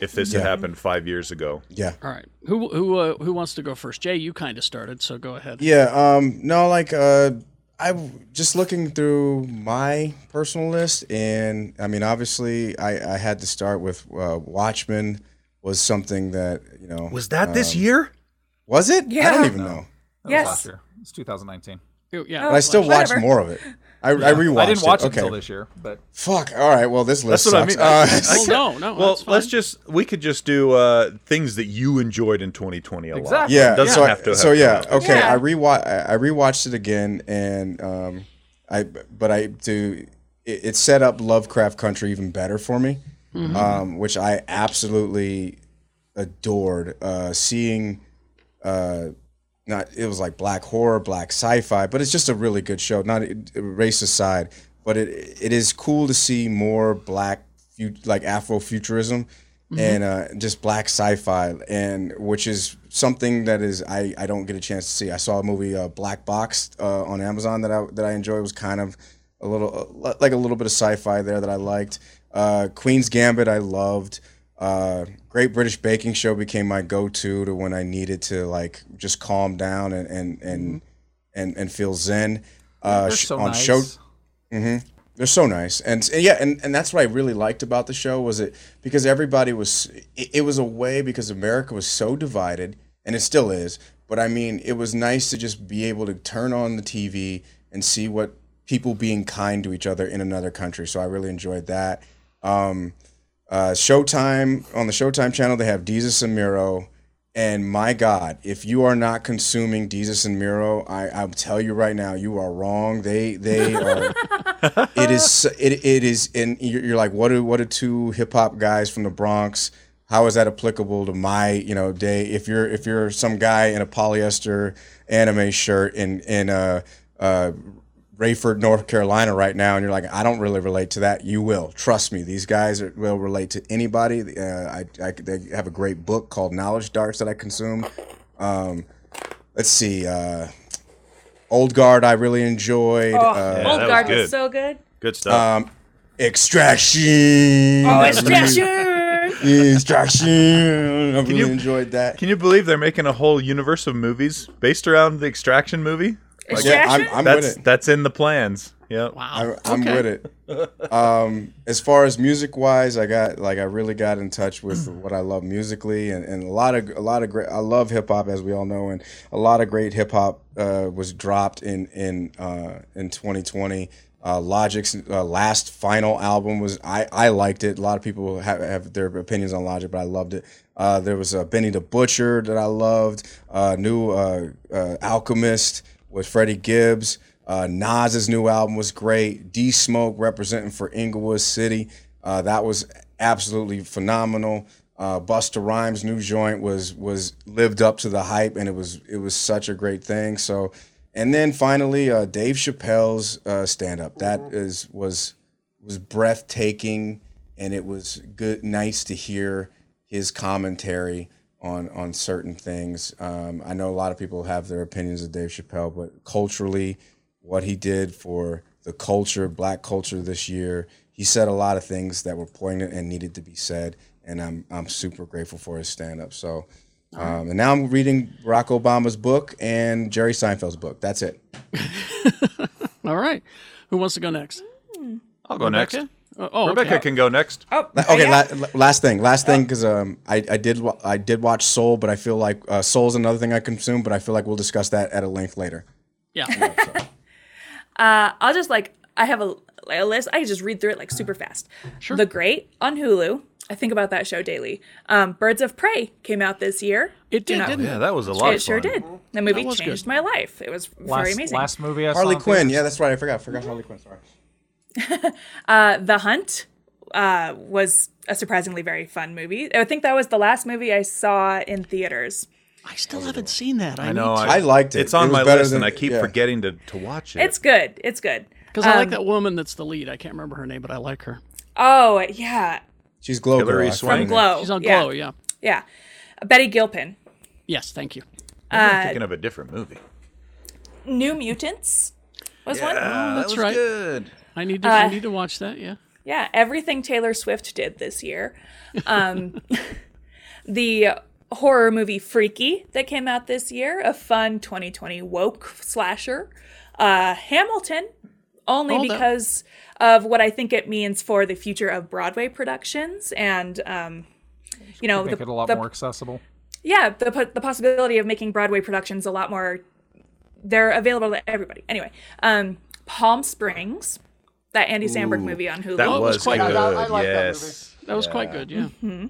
C: if this had happened five years ago
E: Yeah,
B: All right. Who who uh, who wants to go first? Jay, you kind of started, so go ahead.
E: Yeah. Um. No. Like. Uh. I just looking through my personal list, and I mean, obviously, I I had to start with uh, Watchmen was something that you know
C: was that this year
E: was it? I
F: Yeah.
E: don't even know.
D: That was last
F: Yes.
D: year. It's 2019.
B: You-
F: Oh,
B: Yeah.
E: But I still watched
F: whatever.
E: more of it. I, I rewatched.
D: I didn't watch it,
E: okay.
D: until this year, but
E: Fuck. All right. Well, this list
C: That's what I
E: sucks.
C: mean. I-
E: Uh,
B: Well, no, no.
C: well
B: that's fine.
C: let's just we could just do uh, things that you enjoyed in 2020 a lot
D: Exactly.
E: Yeah.
C: Doesn't
E: so
C: have to
E: so
C: have
E: yeah.
C: to
E: Okay.
F: Yeah.
E: I rewatch. I I rewatched it again, and um, I but I to it, it set up Lovecraft Country even better for me, um, which I absolutely adored. Uh, seeing, uh, not it was like black horror, black sci-fi, but it's just a really good show. Not race aside, but it it is cool to see more black fu- like Afrofuturism and uh, just black sci-fi, and which is something that is I, I don't get a chance to see. I saw a movie uh, Black Box uh, on Amazon that I that I enjoyed. It was kind of a little uh, like a little bit of sci-fi there that I liked. Uh, Queen's Gambit I loved. Uh, Great British Baking Show became my go-to to when I needed to like just calm down and and and and, and feel zen. Uh,
D: Mm-hmm. they're
E: sh-
D: so
E: on
D: nice.
E: show they're so nice and, and yeah and, and that's what i really liked about the show was it because everybody was it, it was a way because america was so divided and it still is but i mean it was nice to just be able to turn on the tv and see what people being kind to each other in another country so i really enjoyed that um, uh, showtime on the showtime channel they have Deezus and Miro And my God, if you are not consuming Jesus and Miro, I, I'll tell you right now, you are wrong. They they are. it is so- it it is, and you're you're like, what are what are two hip hop guys from the Bronx? How is that applicable to my you know day? If you're if you're some guy in a polyester anime shirt in in uh, uh, Rayford, North Carolina, right now, and you're like, I don't really relate to that. You will, trust me. These guys are, will relate to anybody. Uh, I, I they have a great book called Knowledge Darts that I consume. Um, let's see, uh, Old Guard I really enjoyed.
F: Oh,
E: uh,
C: that
F: Old
C: was
F: Guard was,
C: good.
F: so good.
C: Good stuff.
E: Extraction.
F: Oh,
E: I
F: it's treasure.
E: really- Extraction. I really
C: you-
E: enjoyed that.
C: Can you believe they're making a whole universe of movies based around the Extraction movie?
E: yeah, I'm,
F: Extraction?
E: I'm
C: That's
E: with it.
C: that's in the plans. Yeah.
E: I,
B: Wow.
E: I'm
B: okay.
E: with it. Um, as far as music wise, I got like I really got in touch with what I love musically, and, and a lot of a lot of great. I love hip hop, as we all know, and a lot of great hip hop uh, was dropped in in uh, in 2020. Uh, Logic's uh, last final album was I, I liked it. A lot of people have, have their opinions on Logic, but I loved it. Uh, there was uh, Benny the Butcher that I loved. Uh, new uh, uh, Alchemist with Freddie Gibbs. Uh, Nas's new album was great. D Smoke representing for Inglewood City. Uh, that was absolutely phenomenal. Uh, Busta Rhymes' new joint was was lived up to the hype, and it was it was such a great thing. So, and then finally, uh, Dave Chappelle's uh, stand up that is was was breathtaking, and it was good, nice to hear his commentary on on certain things. Um, I know a lot of people have their opinions of Dave Chappelle, but culturally, what he did for the culture, black culture this year, he said a lot of things that were poignant and needed to be said. And I'm I'm super grateful for his stand up. So. Um, and now I'm reading Barack Obama's book and Jerry Seinfeld's book. That's it.
F: Oh.
B: All right. Who wants to go next?
C: I'll go next.
B: Rebecca? Oh, oh,
C: Rebecca
B: okay.
C: can go next.
F: Oh,
E: Okay,
F: yeah. Oh.
E: la- la- last thing, last thing, because um, I, I did wa- I did watch Soul, but I feel like uh, Soul's another thing I consume, but I feel like we'll discuss that at a length later.
B: Yeah.
F: I'll just like I have a, a list. I just read through it like super fast. Sure. The Great on Hulu. I think about that show daily. Um, Birds of Prey came out this year.
B: It did,
F: not-
B: didn't
C: Yeah,
B: it?
C: that was a lot.
F: it
C: of
F: sure
C: fun.
F: did. The movie
B: was
F: changed
B: good.
F: my life. It was very
D: Last,
F: amazing.
D: last movie I saw.
E: Harley
D: in
E: Quinn,
D: theaters.
E: yeah, that's right. I forgot, forgot Harley Quinn. Sorry.
F: Uh, the Hunt uh, was a surprisingly very fun movie. I think that was the last movie I saw in theaters.
B: I still haven't seen that. I,
C: I know.
E: I liked it.
C: It's on
E: It was
C: my
E: better
C: list,
E: than-
C: and I keep
E: yeah.
C: forgetting to, to watch it.
F: It's good. It's good.
B: Because I
F: Um,
B: like that woman that's the lead. I can't remember her name, but I like her.
F: Oh yeah,
E: She's Glow
C: Hillary
E: Girl. I forgot.
C: Swank. From
F: Glow.
B: She's on
F: oh, yeah.
B: Glow, yeah.
F: Yeah, Betty Gilpin.
B: Yes, thank you.
C: I'm thinking of a different movie.
F: New Mutants was one.
C: Yeah,
B: that's
C: Ah, that was
B: right.
C: Good.
B: I need to
F: Uh,
B: I need to watch that, yeah.
F: Yeah, everything Taylor Swift did this year. Um, the horror movie Freaky that came out this year, a fun 2020 woke slasher. Uh, Hamilton, only
B: Oh, that-
F: because of what I think it means for the future of Broadway productions and, um, you know,
D: Make
F: the,
D: it a lot
F: the-
D: more accessible.
F: yeah, the, po- the possibility of making Broadway productions a lot more, they're available to everybody. Anyway, um, Palm Springs, that Andy Samberg movie on Hulu.
C: That
B: Well, it was
C: was,
B: quite
C: good.
B: good.
G: I- I like that
C: yes.
B: That was quite good, yeah.
F: Mm-hmm.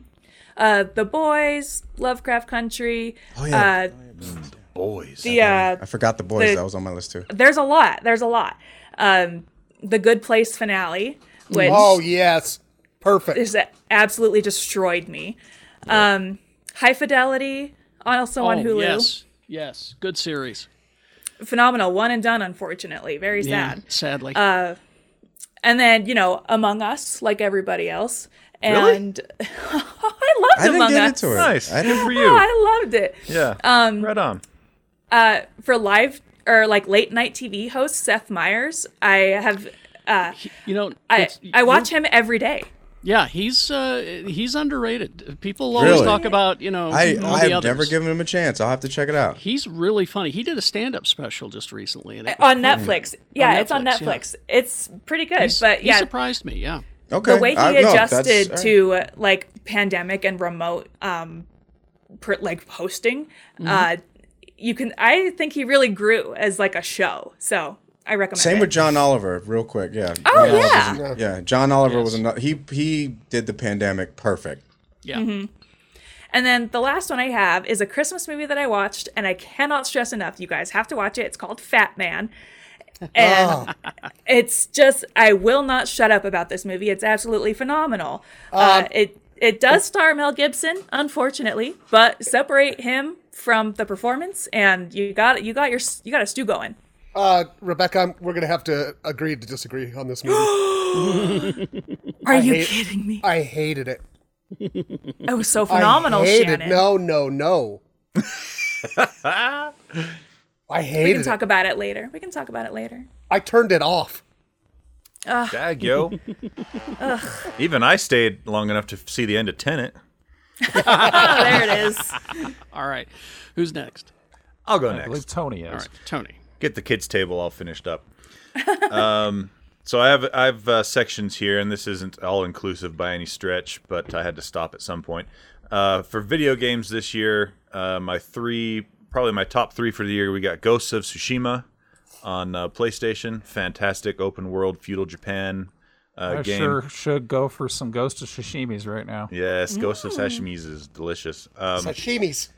F: uh, The Boys, Lovecraft Country.
E: Oh, yeah.
F: Uh,
C: Boys.
F: the uh,
E: I forgot the boys.
F: The-
E: that was on my list too.
F: there's a lot. There's a lot. Um, the Good Place finale, which
G: Oh yes, perfect.
F: is absolutely destroyed me. Um, High Fidelity, also on
B: Oh,
F: Hulu.
B: Yes. Yes. Good series.
F: Phenomenal, one and done. Unfortunately, very
B: Yeah.
F: sad. Uh,
B: Sadly.
F: And then you know, Among Us, like everybody else.
C: Really?
F: And I loved
E: I didn't
F: Among
E: get
F: Us.
E: into it.
C: Nice.
E: I didn't.
C: Good for you.
F: Oh, I loved it.
C: yeah. Um, right on.
F: uh, for live or like late night TV host Seth Meyers. I have uh,
B: you know,
F: I
B: it's-
F: I
B: you-
F: watch him every day.
B: Yeah, he's uh, he's underrated. People always
E: Really?
B: talk about you know.
E: I,
B: all the
E: I have
B: others.
E: never given him a chance. I'll have to check it out.
B: He's really funny. He did a stand-up special just recently, and it,
F: On Netflix. Yeah, it's on
B: Netflix, yeah.
F: Netflix. It's pretty good.
B: he's-
F: but
B: he
F: yeah,
B: surprised me. Yeah,
E: Okay.
F: the way he
E: I- no, that's-
F: adjusted
E: all right.
F: to uh, like pandemic and remote um per, like hosting
B: Mm-hmm.
F: uh you can I think he really grew as like a show. So, I recommend
E: Same
F: it.
E: with John Oliver, real quick. Yeah.
F: Oh yeah. Mm-hmm.
E: Yeah. John Oliver was another. He he did the pandemic perfect.
B: yeah.
F: And then the last one I have is a Christmas movie that I watched, and I cannot stress enough. You guys have to watch it. It's called Fat Man. And
G: Oh.
F: it's just, I will not shut up about this movie. It's absolutely phenomenal.
G: Um,
F: uh, it it does star Mel Gibson, unfortunately, but separate him from the performance, and you got you got your you got a stew going.
G: Uh, Rebecca, I'm, we're gonna have to agree to disagree on this movie.
F: Are you
G: hate-
F: kidding me?
G: I hated it.
F: It was so
G: I
F: phenomenal,
G: hated-
F: Shannon.
G: No, no, no. I
F: we can
G: hated
F: talk
G: it.
F: about it later. We can talk about it later.
G: I turned it off.
C: Dag yo. Even I stayed long enough to see the end of Tenant.
F: Oh, there it is.
B: All right. Who's next?
C: I'll go
D: I believe
C: next.
D: Tony is.
B: All right. Tony.
C: Get the kids' table all finished up. um, so I have I have uh, sections here, and this isn't all inclusive by any stretch, but I had to stop at some point. Uh, for video games this year, uh, my three, probably my top three for the year, we got Ghosts of Tsushima on uh, PlayStation. Fantastic open world feudal Japan uh,
D: I
C: game.
D: sure should go for some Ghost of Shishimis right now.
C: Yes, Ghosts of Sashimis is delicious. Um,
G: Sashimi's.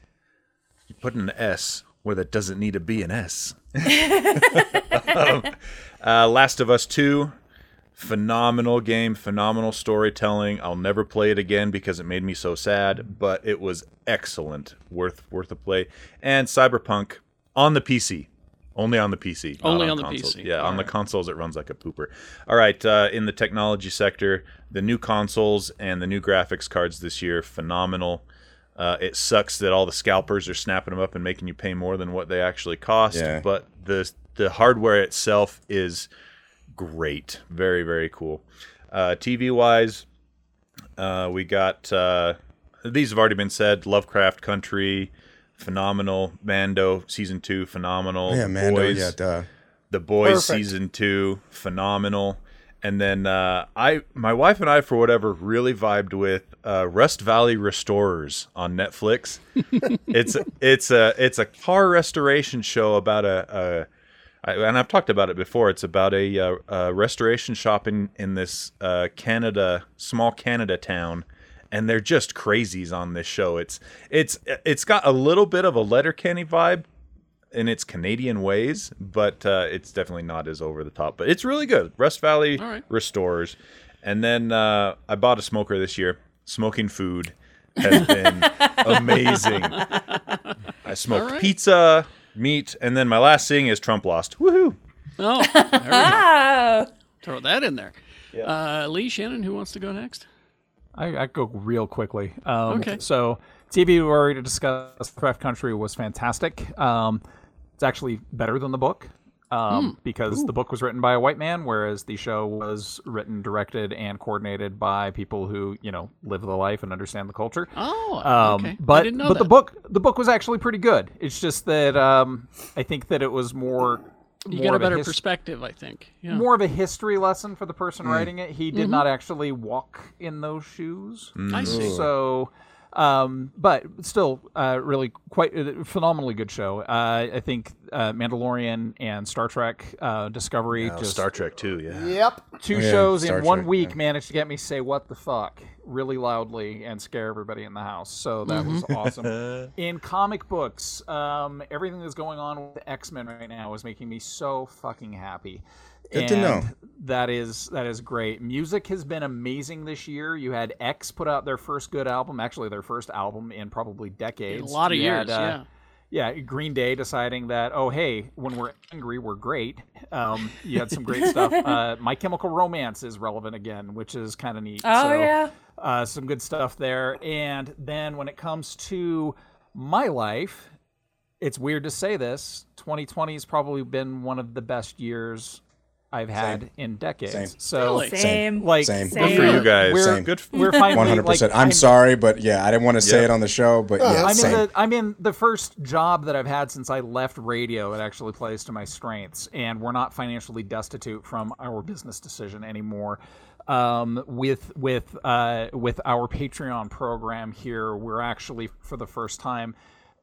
C: put an S where that doesn't need to be an S. uh, Last of Us 2, phenomenal game, phenomenal storytelling. I'll never play it again because it made me so sad, but it was excellent, worth worth a play. And Cyberpunk on the PC. Only on the PC. not
B: Only on the
C: consoles.
B: PC.
C: Yeah, on the consoles it runs like a pooper. All right, uh, in the technology sector, the new consoles and the new graphics cards this year, phenomenal. Uh, it sucks that all the scalpers are snapping them up and making you pay more than what they actually cost.
E: Yeah.
C: But the the hardware itself is great, very very cool. Uh, TV wise, uh, we got uh, these have already been said. Lovecraft Country, phenomenal. Mando season two, phenomenal.
E: Yeah, man.
C: Oh, Boys,
E: Yeah, duh.
C: the Boys
G: Perfect.
C: season two, phenomenal. And then uh, I, my wife and I, for whatever, really vibed with uh, Rust Valley Restorers on Netflix. it's it's a it's a car restoration show about a, a I, and I've talked about it before. It's about a, uh a restoration shop in in this uh, Canada small Canada town, and they're just crazies on this show. It's it's it's got a little bit of a Letterkenny vibe, in its Canadian ways, but uh, it's definitely not as over the top. But it's really good. Rust Valley
B: right.
C: restores, and then uh, I bought a smoker this year. Smoking food has been amazing. I smoked pizza, meat, and then my last thing is Trump lost. Woohoo!
B: Oh, there we go.
F: Oh,
B: throw that in there. Uh, Lee Shannon, who wants to go next?
D: I, I go real quickly. Um,
B: Okay.
D: So TV we already discussed. Craft Country was fantastic. Um, it's actually better than the book um,
B: Hmm.
D: because the book was written by a white man, whereas the show was written, directed, and coordinated by people who you know live the life and understand the culture.
B: Oh,
D: Um,
B: okay.
D: But
B: I didn't know
D: but
B: that.
D: the book the book was actually pretty good. It's just that um, I think that it was more.
B: you
D: more
B: got a
D: of
B: better
D: his-
B: perspective, I think. Yeah. Mm-hmm.
D: More of a history lesson for the person writing it. He did not actually walk in those shoes.
B: I see.
D: So, um, but still, uh, really quite a phenomenally good show. Uh, I think uh, Mandalorian and Star Trek uh, Discovery, just
C: Star Trek too, yeah.
G: Yep.
D: two
E: yeah,
D: shows
E: Star
D: in one
E: Trek,
D: week, managed to get me say "what the fuck" really loudly and scare everybody in the house. So that was
E: Mm-hmm.
D: awesome. in comic books, um, everything that's going on with the X Men right now is making me so fucking happy.
E: Good to know.
D: And that is that is great. Music has been amazing this year. You had X put out their first good album, actually their first album in probably
B: a
D: decades.
B: lot of
D: You
B: years,
D: had, uh, yeah, Green Day deciding that, oh, hey, when we're angry, we're great. Um, you had some great stuff. Uh, My Chemical Romance is relevant again, which is kind of neat.
F: oh
D: so,
F: yeah.
D: uh, some good stuff there. And then when it comes to my life, it's weird to say this. 2020 has probably been one of the best years I've had in decades.
E: Same.
D: So,
B: Really?
F: Same.
D: like,
E: Same.
F: Same.
C: Good for you guys.
D: We're,
E: Same.
C: Good. For,
D: we're finally
E: One hundred
D: like,
E: percent. I'm sorry, but yeah, I didn't want to say
C: Yeah.
E: it on the show, but yeah,
D: I'm
E: same.
D: in the I'm in the first job that I've had since I left radio. It actually plays to my strengths, and we're not financially destitute from our business decision anymore. Um, with with uh, with our Patreon program here, we're actually for the first time.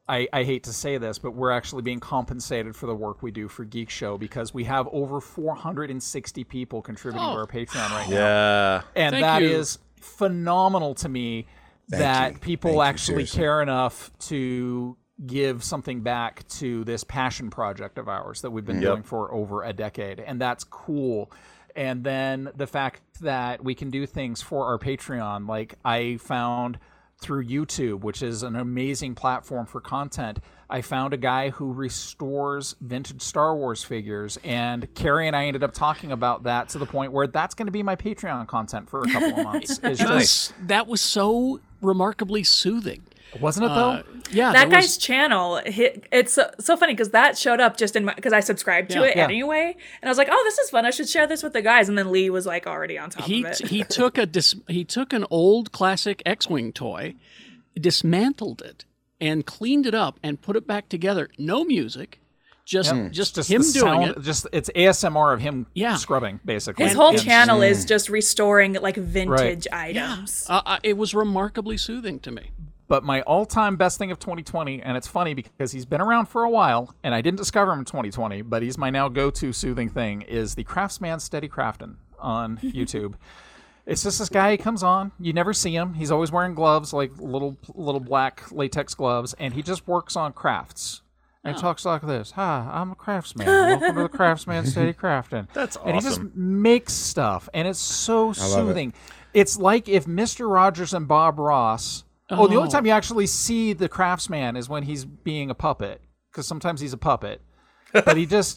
D: I, I hate to say this, but we're actually being compensated for the work we do for Geek Show because we have over 460 people contributing to our Patreon right now
C: yeah.
D: and
B: Thank
D: that is
B: you.
D: phenomenal to me that
E: you.
D: people
E: Thank you,
D: actually
E: seriously.
D: care enough to give something back to this passion project of ours that we've been doing for over a decade and that's cool and then the fact that we can do things for our patreon like i found through youtube which is an amazing platform for content i found a guy who restores vintage star wars figures and carrie and i ended up talking about that to the point where that's going to be my patreon content for a couple of months It's just-
B: Nice. That was so remarkably soothing.
D: wasn't it though
B: Uh, Yeah,
F: that
B: there
F: guy's
B: was-
F: channel hi- it's so, so funny because that showed up just in my because i subscribed to it
D: Yeah.
F: anyway and i was like oh this is fun i should share this with the guys and then lee was like already on top
B: he
F: of it
B: he took a dis, he took an old classic X-wing toy, dismantled it, and cleaned it up and put it back together. No music, just just,
D: just
B: him
D: the
B: doing
D: sound,
B: it.
D: Just it's ASMR of him
B: Yeah.
D: scrubbing basically.
F: his
B: and
F: whole
B: it's-
F: channel is just restoring like vintage items
B: Uh, uh, it was remarkably soothing to me.
D: but my all-time best thing of 2020, and it's funny because he's been around for a while, and I didn't discover him in 2020, but he's my now go-to soothing thing is the Craftsman Steady Craftin on YouTube. It's just this guy. He comes on. You never see him. He's always wearing gloves, like little little black latex gloves, and he just works on crafts. And talks like this. Hi, I'm a craftsman. Welcome to the Craftsman Steady Crafting. That's awesome. And he just makes stuff, and it's so soothing. It's like if Mister Rogers and Bob Ross. Oh. the only time you actually see the craftsman is when he's being a puppet, because sometimes he's a puppet. But he just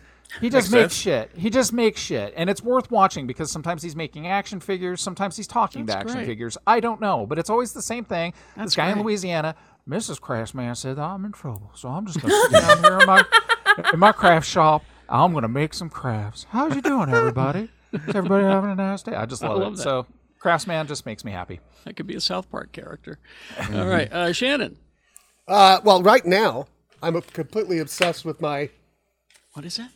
D: he just makes shit. He just makes shit, and it's worth watching because sometimes he's making action figures, sometimes he's talking to action
B: great.
D: figures. I don't know, but it's always the same thing. this guy in
B: great.
D: Louisiana, Mrs. Craftsman said I'm in trouble, so I'm just gonna sit down here in my in my craft shop. I'm gonna make some crafts. How's you doing, everybody? Is everybody having a nice day? I just love,
B: love
D: it.
B: that.
D: So craftsman just makes me happy.
B: That could be a South Park character. All right, uh, Shannon,
G: Uh, well, right now I'm completely obsessed with my.
B: what is that?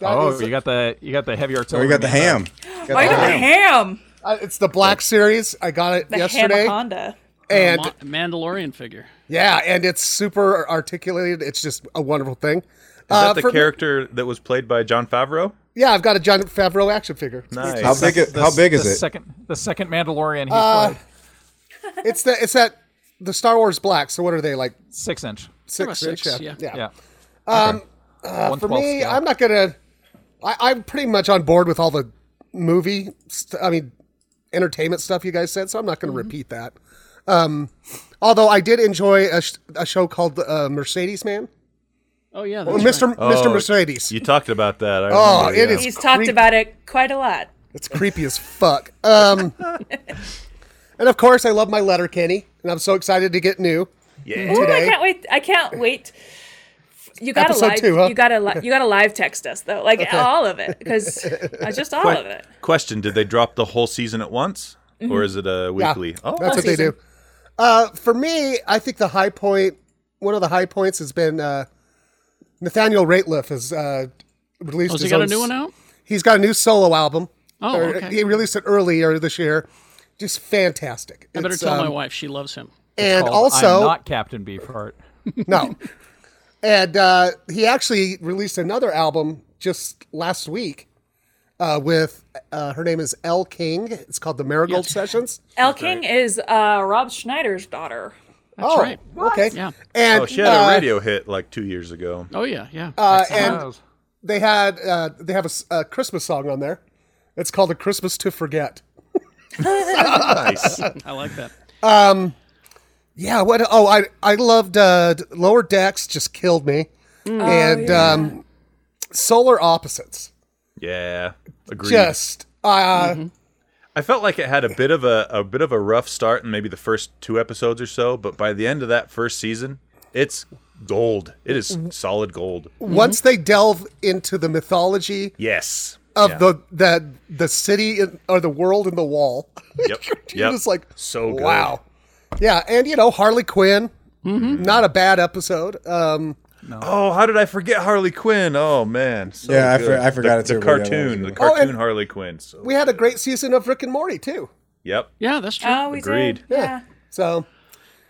G: that
D: Oh,
G: is-
D: you got the you got the heavy
E: Oh,
D: artillery.
E: you got the ham.
D: man.
E: Got
F: why
E: the
F: the
E: ham.
F: ham
G: uh, it's the Black Series. I got it
F: the
G: yesterday,
F: hamaconda
G: and
B: Ma- Mandalorian figure.
G: yeah, and it's super articulated. It's just a wonderful thing.
C: Is
G: Uh,
C: that the
G: for me-
C: character that was played by John Favreau?
G: yeah, I've got a John Favreau action figure.
C: Nice.
E: How big? It, how big is
D: the
E: it?
D: Second, the second Mandalorian. He played
G: It's the it's that the Star Wars black. So what are they like
D: six inch.
G: six,
B: About six,
G: inch?
B: yeah.
D: Yeah.
G: Um, uh, For me, I'm not gonna. I, I'm pretty much on board with all the movie. St- I mean, entertainment stuff you guys said, so I'm not gonna repeat that. Um, although I did enjoy a, sh- a show called uh, Mercedes Man,
B: Oh yeah,
G: Or
B: that's right.
G: Mr. Mr. Mercedes.
C: You talked about that. I
G: Oh,
C: remember,
G: it
C: yeah.
G: is
F: he's talked
G: creepy.
F: about it quite a lot
G: It's creepy as fuck. Um, and of course, I love my letter Kenny, and I'm so excited to get new.
C: Yeah.
F: Ooh, Oh, i
G: Today.
F: can't wait i can't wait you gotta
G: Episode
F: live
G: two, huh?
F: you gotta li- you gotta live text us though like all of it because just all of it
C: Question: Did they drop the whole season at once, or is it a weekly? Oh,
G: Ah, That's what they do. Uh, for me, I think the high point, one of the high points has been uh, Nathaniel Rateliff has uh, released.
B: Oh, has he
G: his
B: got
G: own
B: a new
G: s-
B: one out?
G: He's got a new solo album.
B: Oh,
G: Or,
B: okay.
G: He released it earlier this year. Just fantastic.
B: I better
G: It's,
B: tell my
G: um,
B: wife she loves him.
G: And
D: Called
G: also,
D: I'm not Captain Beefheart.
G: no. And uh, he actually released another album just last week uh, with uh, her name is Elle King. It's called the Marigold Sessions.
F: el king is uh rob schneider's daughter
B: That's
G: oh,
B: right.
G: okay.
B: Yeah.
G: And
C: Oh, she had
G: uh,
C: a radio hit like two years ago.
B: Oh yeah, yeah.
G: uh, and
D: Yes.
G: they had uh, they have a, s- a Christmas song on there. It's called "A Christmas to Forget."
C: Nice.
B: I like that.
G: Yeah. What? Oh, I I loved uh, Lower Decks. Just killed me.
B: Mm. Oh,
G: And um, Solar Opposites.
C: yeah. Agreed.
G: Just uh,
C: I felt like it had a bit of a, a bit of a rough start in maybe the first two episodes or so, but by the end of that first season, it's gold. It is solid gold.
B: Mm-hmm.
G: once they delve into the mythology
C: Yes.
G: of
C: Yeah.
G: the the the city in, or the world in the wall,
C: Yep.
G: you're
C: yep.
G: just like
C: So good.
G: wow. Yeah, and you know Harley Quinn.
C: Mm-hmm.
G: Not a bad episode. Um,
C: Oh, how did I forget Harley Quinn? Oh man. So
E: Yeah, I
C: good.
E: for- I forgot
C: the,
E: it too,
C: The
E: but yeah, that was a
C: cartoon,
E: good
C: the
E: one.
G: Oh,
C: cartoon
G: and-
C: Harley Quinn. So,
G: we had a great season of Rick and Morty too.
C: yep.
B: Yeah, that's true.
F: oh we
C: Agreed.
F: did yeah
G: So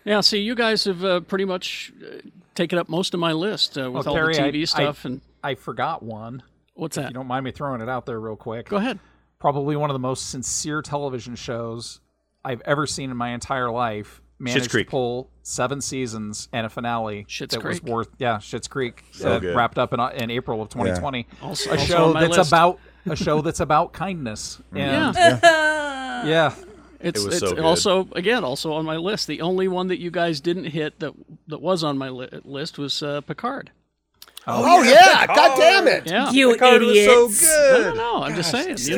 B: yeah, see, you guys have uh, pretty much uh, taken up most of my list uh, with
D: Well,
B: all
D: Carrie,
B: the
D: I-
B: TV
D: I-
B: stuff. and
D: I forgot one.
B: what's that?
D: You don't mind me throwing it out there real quick.
B: Go ahead.
D: Probably one of the most sincere television shows I've ever seen in my entire life managed to
C: Creek.
D: pull seven seasons and a finale
B: Schitt's
D: that
B: Creek.
D: was worth yeah Shit's Creek
C: So
D: uh,
C: good.
D: wrapped up in, in April of 2020.
B: Also-
D: a
B: also
D: show
B: on Oh, my
D: that's
B: list.
D: about a show that's about kindness. And
B: yeah,
D: yeah.
B: it's,
C: was
B: it's
C: so good.
B: also again also on my list. The only one that you guys didn't hit that that was on my li- list was uh, Picard.
G: Oh, yeah! God damn it!
B: Yeah,
F: You
C: Picard was
F: idiots.
C: so
B: I
C: good.
B: don't know. I'm just saying. you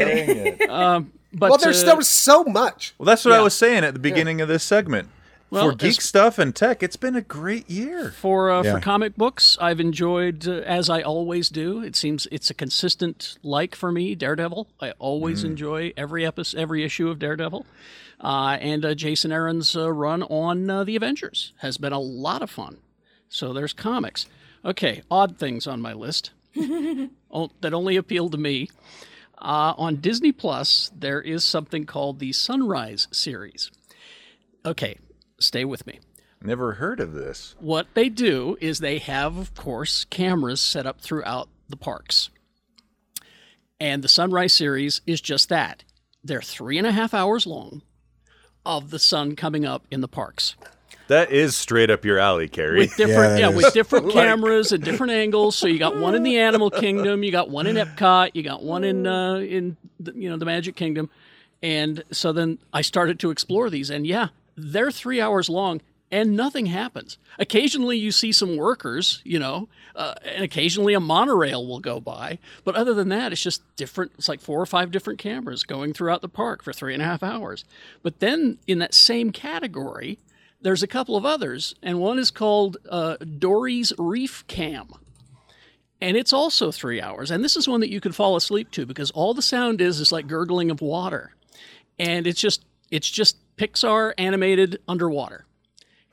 B: know.
E: Dang it.
B: But
G: Well, there's
B: uh,
G: there was so much.
C: Well, that's what I was saying at the beginning of this segment.
B: Well,
C: For geek
B: it's-
C: stuff and tech, it's been a great year.
B: for uh,
E: Yeah.
B: for comic books, I've enjoyed uh, as I always do. It seems it's a consistent like for me. Daredevil, I always enjoy every episode, every issue of Daredevil, uh, and uh, Jason Aaron's uh, run on uh, the Avengers has been a lot of fun. So there's comics. Okay, odd things on my list o- that only appeal to me. Uh, on Disney Plus, there is something called the Sunrise series. Okay, stay with me
C: Never heard of this.
B: what they do is they have, of course, cameras set up throughout the parks. And the Sunrise series is just that. They're three and a half hours long of the sun coming up in the parks
C: That is straight up your alley, Carrie.
B: with different
E: that
B: yeah,
E: is.
B: with different cameras and different angles. So you got one in the Animal Kingdom, you got one in Epcot, you got one in uh, in the, you know the Magic Kingdom, and so then I started to explore these, and yeah, they're three hours long. And nothing happens. Occasionally, you see some workers, you know, uh, and occasionally a monorail will go by. But other than that, it's just different. It's like four or five different cameras going throughout the park for three and a half hours. But then, in that same category, there's a couple of others, and one is called uh, Dory's Reef Cam. And it's also three hours. And this is one that you could fall asleep to because all the sound is is like gurgling of water. And it's just it's just Pixar animated underwater.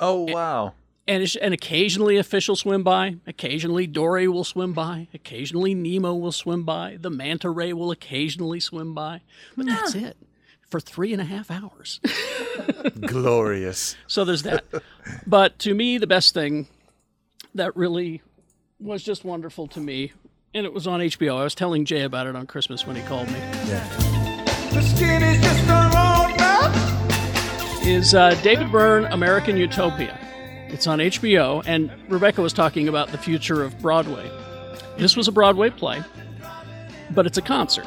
C: oh wow.
B: And, it's, and occasionally a fish will swim by. Occasionally Dory will swim by. Occasionally Nemo will swim by. The manta ray will occasionally swim by. But that's it for three and a half hours.
C: Glorious.
B: So there's that. but to me, the best thing that really was just wonderful to me, and it was on HBO. I was telling Jay about it on Christmas when he called me. Is uh, David Byrne American Utopia? It's on HBO, and Rebecca was talking about the future of Broadway. This was a Broadway play, but it's a concert.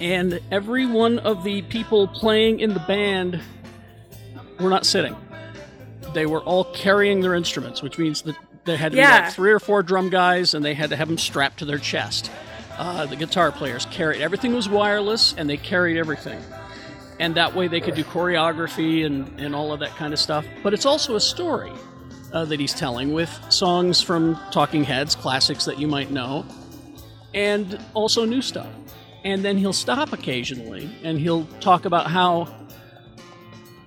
B: And every one of the people playing in the band were not sitting. They were all carrying their instruments, which means that there had to be
F: Yeah.
B: like three or four drum guys, and they had to have them strapped to their chest. Uh, the guitar players carried everything was wireless, and they carried everything. And that way they could do choreography and, and all of that kind of stuff. But it's also a story uh, that he's telling with songs from Talking Heads, classics that you might know, and also new stuff. And then he'll stop occasionally and he'll talk about how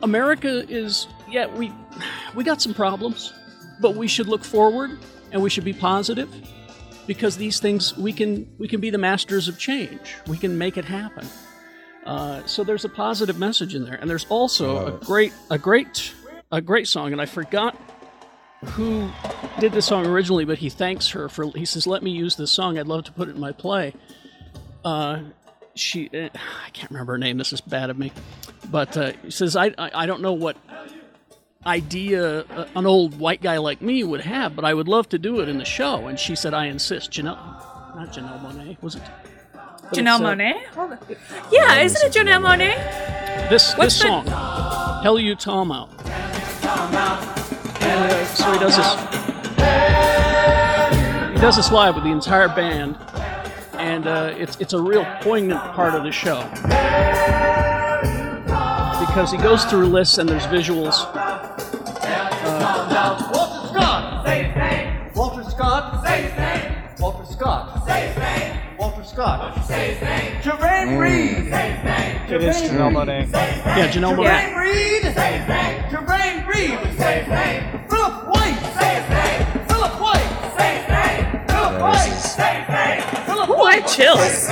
B: America is, yeah, we, we got some problems, but we should look forward and we should be positive because these things we can we can be the masters of change we can make it happen uh, so there's a positive message in there and there's also a great a great a great song and i forgot who did this song originally, but he thanks her for. He says, "Let me use this song. I'd love to put it in my play." Uh, she, eh, I can't remember her name. This is bad of me, but uh, he says, I, "I I don't know what idea uh, an old white guy like me would have, but I would love to do it in the show." And she said, "I insist." Janelle, not Janelle Monet, was it? But it's,
F: Janelle
B: uh,
F: Monet? Hold on. Yeah, isn't it Janelle Monet?
B: This
F: What's
B: this
F: the-
B: song, "Hell You Tom Out." And uh, so he does this. He does this live with the entire band, and uh, it's it's a real poignant part of the show because he goes through lists and there's visuals.
H: Walter Scott. Say his name. Walter Scott. Say his name. Walter Scott. Say his name. Walter Scott. Say his name. Jermaine Reed. Say his name.
D: It is Janelle Monae.
B: Yeah, Janelle Monae.
H: Jermaine Reed. Say his name. Jermaine Reed. Say his name. Philip White. Say his name. Philip White. Say his name. Philip White. Say his name. Philip
F: Oh, I
H: White.
F: have chills.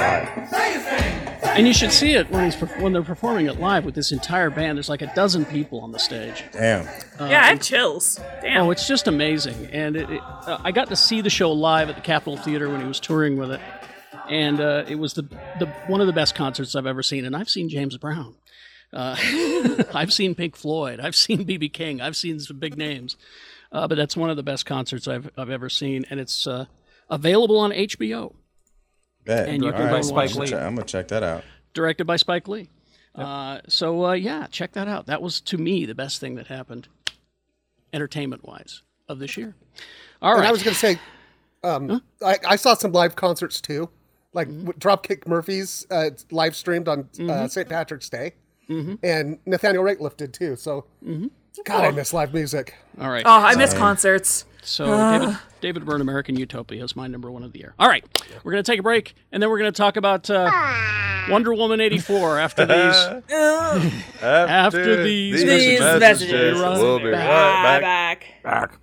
H: Say his name.
B: And you should see it when he's perf- when they're performing it live with this entire band. There's like a dozen people on the stage.
E: Damn.
F: Yeah, I have chills. Damn.
B: Oh, it's just amazing. And it, it, uh, I got to see the show live at the Capitol Theater when he was touring with it, and uh, it was the, the one of the best concerts I've ever seen. And I've seen James Brown. Uh, I've seen Pink Floyd. I've seen BB King. I've seen some big names. Uh, but that's one of the best concerts I've, I've ever seen. And it's uh, available on HBO,
E: Bet.
B: And you
E: All
B: can
D: buy
E: I'm
D: Spike
E: gonna
D: Lee.
E: check- I'm gonna check that out.
B: directed by Spike Lee. Uh, so, uh, yeah, check that out. That was, to me, the best thing that happened entertainment wise of this year. All
G: And
B: right.
G: I was going to say, um, I, I saw some live concerts too, like
C: Mm-hmm.
G: with Dropkick Murphys uh, it's live streamed on uh, St. Patrick's Day,
C: Mm-hmm.
G: and Nathaniel Rateliff did too. So, God, I miss live music.
B: All right.
F: Oh, I miss concerts.
B: So David, David Byrne, American Utopia is my number one of the year. All right, we're gonna take a break, and then we're gonna talk about uh, Wonder Woman '84 after these. After these
F: These messages.
C: we'll be
F: Bye
C: right back.
F: Ah, back.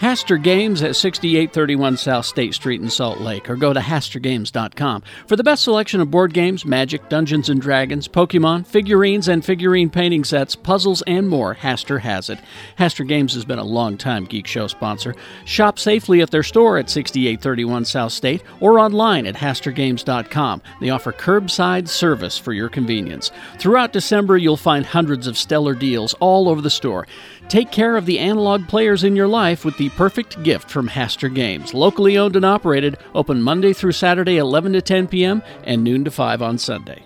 B: Haster Games at 6831 South State Street in Salt Lake, or go to hastergames.com for the best selection of board games, Magic, Dungeons and Dragons, Pokemon, figurines and figurine painting sets, puzzles, and more. Haster has it. Haster Games has been a long-time Geek Show sponsor. Shop safely at their store at 6831 South State or online at hastergames.com. They offer curbside service for your convenience. Throughout December, you'll find hundreds of stellar deals all over the store. Take care of the analog players in your life with the perfect gift from Haster Games. Locally owned and operated, open Monday through Saturday, 11 to 10 p.m. and noon to 5 on Sunday.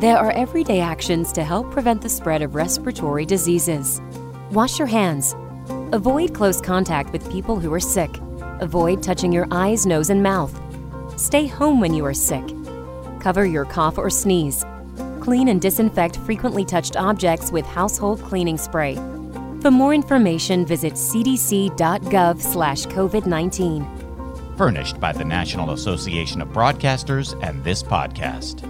I: There are everyday actions to help prevent the spread of respiratory diseases. Wash your hands. Avoid close contact with people who are sick. Avoid touching your eyes, nose, and mouth. Stay home when you are sick. Cover your cough or sneeze. Clean and disinfect frequently touched objects with household cleaning spray. For more information, visit cdc.gov/covid19.
J: furnished by the National Association of Broadcasters and this podcast.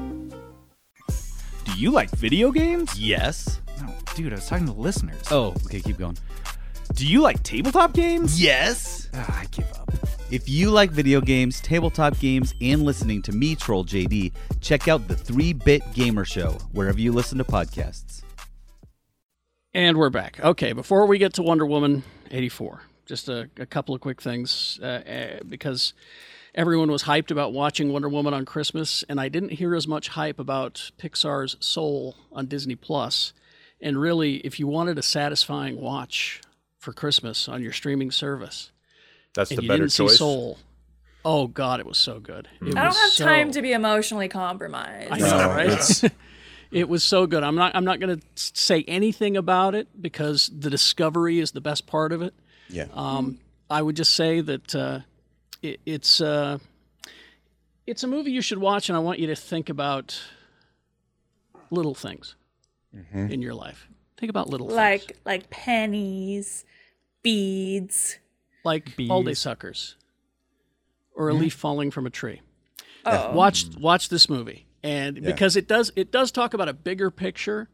K: Do you like video games?
J: Yes.
K: No, dude, I was talking to listeners. Oh, okay, keep going. Do you like tabletop games?
J: Yes.
K: Ah, I give up.
J: If you like video games, tabletop games, and listening to me troll JD, check out the 3 Bit Gamer Show wherever you listen to podcasts.
B: And we're back. Okay, before we get to Wonder Woman 84, just a, a couple of quick things uh, uh, because everyone was hyped about watching Wonder Woman on Christmas, and I didn't hear as much hype about Pixar's Soul on Disney Plus. And really, if you wanted a satisfying watch for Christmas on your streaming service,
C: That's
B: and
C: the
B: you
C: better
B: didn't see
C: choice.
B: Soul, oh God, it was so good. It
F: I don't
B: was
F: have
B: so-
F: time to be emotionally compromised.
B: I know,
E: No,
B: right? it was so good. I'm not. I'm not going to say anything about it because the discovery is the best part of it.
E: Yeah.
B: Um, I would just say that uh, it, it's uh, it's a movie you should watch, and I want you to think about little things
C: Mm-hmm.
B: in your life. Think about little things
F: Like like pennies, beads.
B: like all day suckers or a
C: Mm-hmm.
B: leaf falling from a tree.
F: Oh.
B: Watch watch this movie and because it does it does talk about a bigger picture,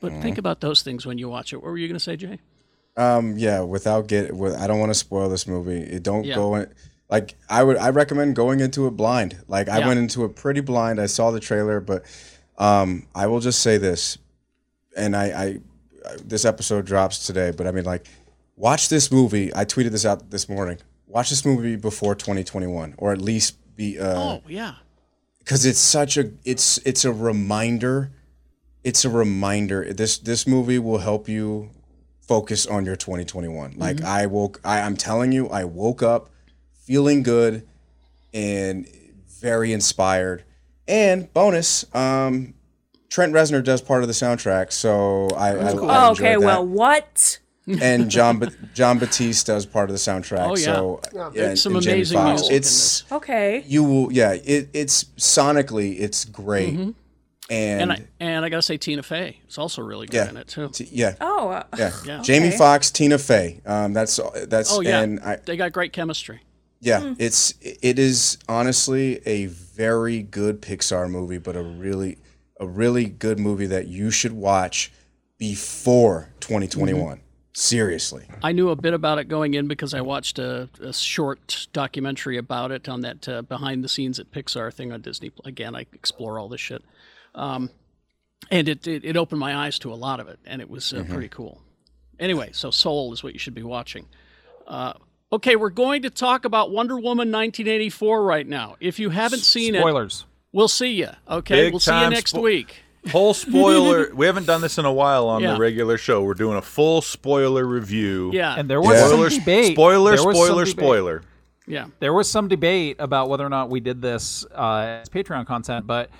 B: but
E: Mm-hmm.
B: think about those things when you watch it. What were you going to say, Jay?
E: Um, yeah, without get, with, I don't want to spoil this movie. It don't
B: Yeah.
E: go in. Like I would, I recommend going into it blind. Like I
B: Yeah.
E: went into it pretty blind. I saw the trailer, but um, I will just say this, and I, I, I- this episode drops today. But I mean, like, watch this movie. I tweeted this out this morning. Watch this movie before 2021, or at least be. Uh,
B: Oh yeah,
E: because it's such a it's it's a reminder it's a reminder this this movie will help you focus on your 2021
F: Mm-hmm.
E: like i woke I, i'm telling you i woke up feeling good and very inspired and bonus um trent reznor does part of the soundtrack so i, I, I
F: Oh,
E: enjoyed
F: okay,
E: that.
F: well, what?
E: and john Ba- john batiste does part of the soundtrack
B: Oh, yeah.
E: so yeah,
B: It's some
E: and Jamie
B: amazing
E: Foxx.
B: music in
E: it's
F: Okay.
E: you will yeah it, it's sonically it's great and,
B: Mm-hmm. and I and I got to say Tina Fey is also really good
E: Yeah.
B: in it too.
E: t- yeah
F: Oh, uh,
E: yeah, jamie fox tina fey um that's that's
B: Oh yeah, Hmm.
E: and i
B: they got great chemistry.
E: yeah it's it is honestly a very good pixar movie but a really a really good movie that you should watch before 2021
B: Mm-hmm.
E: seriously
B: I knew a bit about it going in because I watched a, a short documentary about it on that uh, behind the scenes at Pixar thing on Disney. Again, I explore all this shit, um, and it, it it opened my eyes to a lot of it, and it was
C: Mm-hmm.
B: uh, pretty cool. Anyway, so Soul is what you should be watching. Uh, okay, we're going to talk about Wonder Woman 1984 right now. If you haven't seen it,
D: Spoilers.
B: we'll see you. Okay,
C: Big
B: we'll see you
C: time
B: next
C: spo-
B: week.
C: Whole spoiler. we haven't done this in a while on
B: Yeah.
C: the regular show. We're doing a full spoiler review.
B: Yeah.
F: Uh,
B: And
D: there was
C: spoiler,
D: some debate.
C: Spoiler,
D: There was some
C: spoiler,
D: debate.
C: spoiler.
B: Yeah.
D: There was some debate about whether or not we did this uh, as Patreon content, but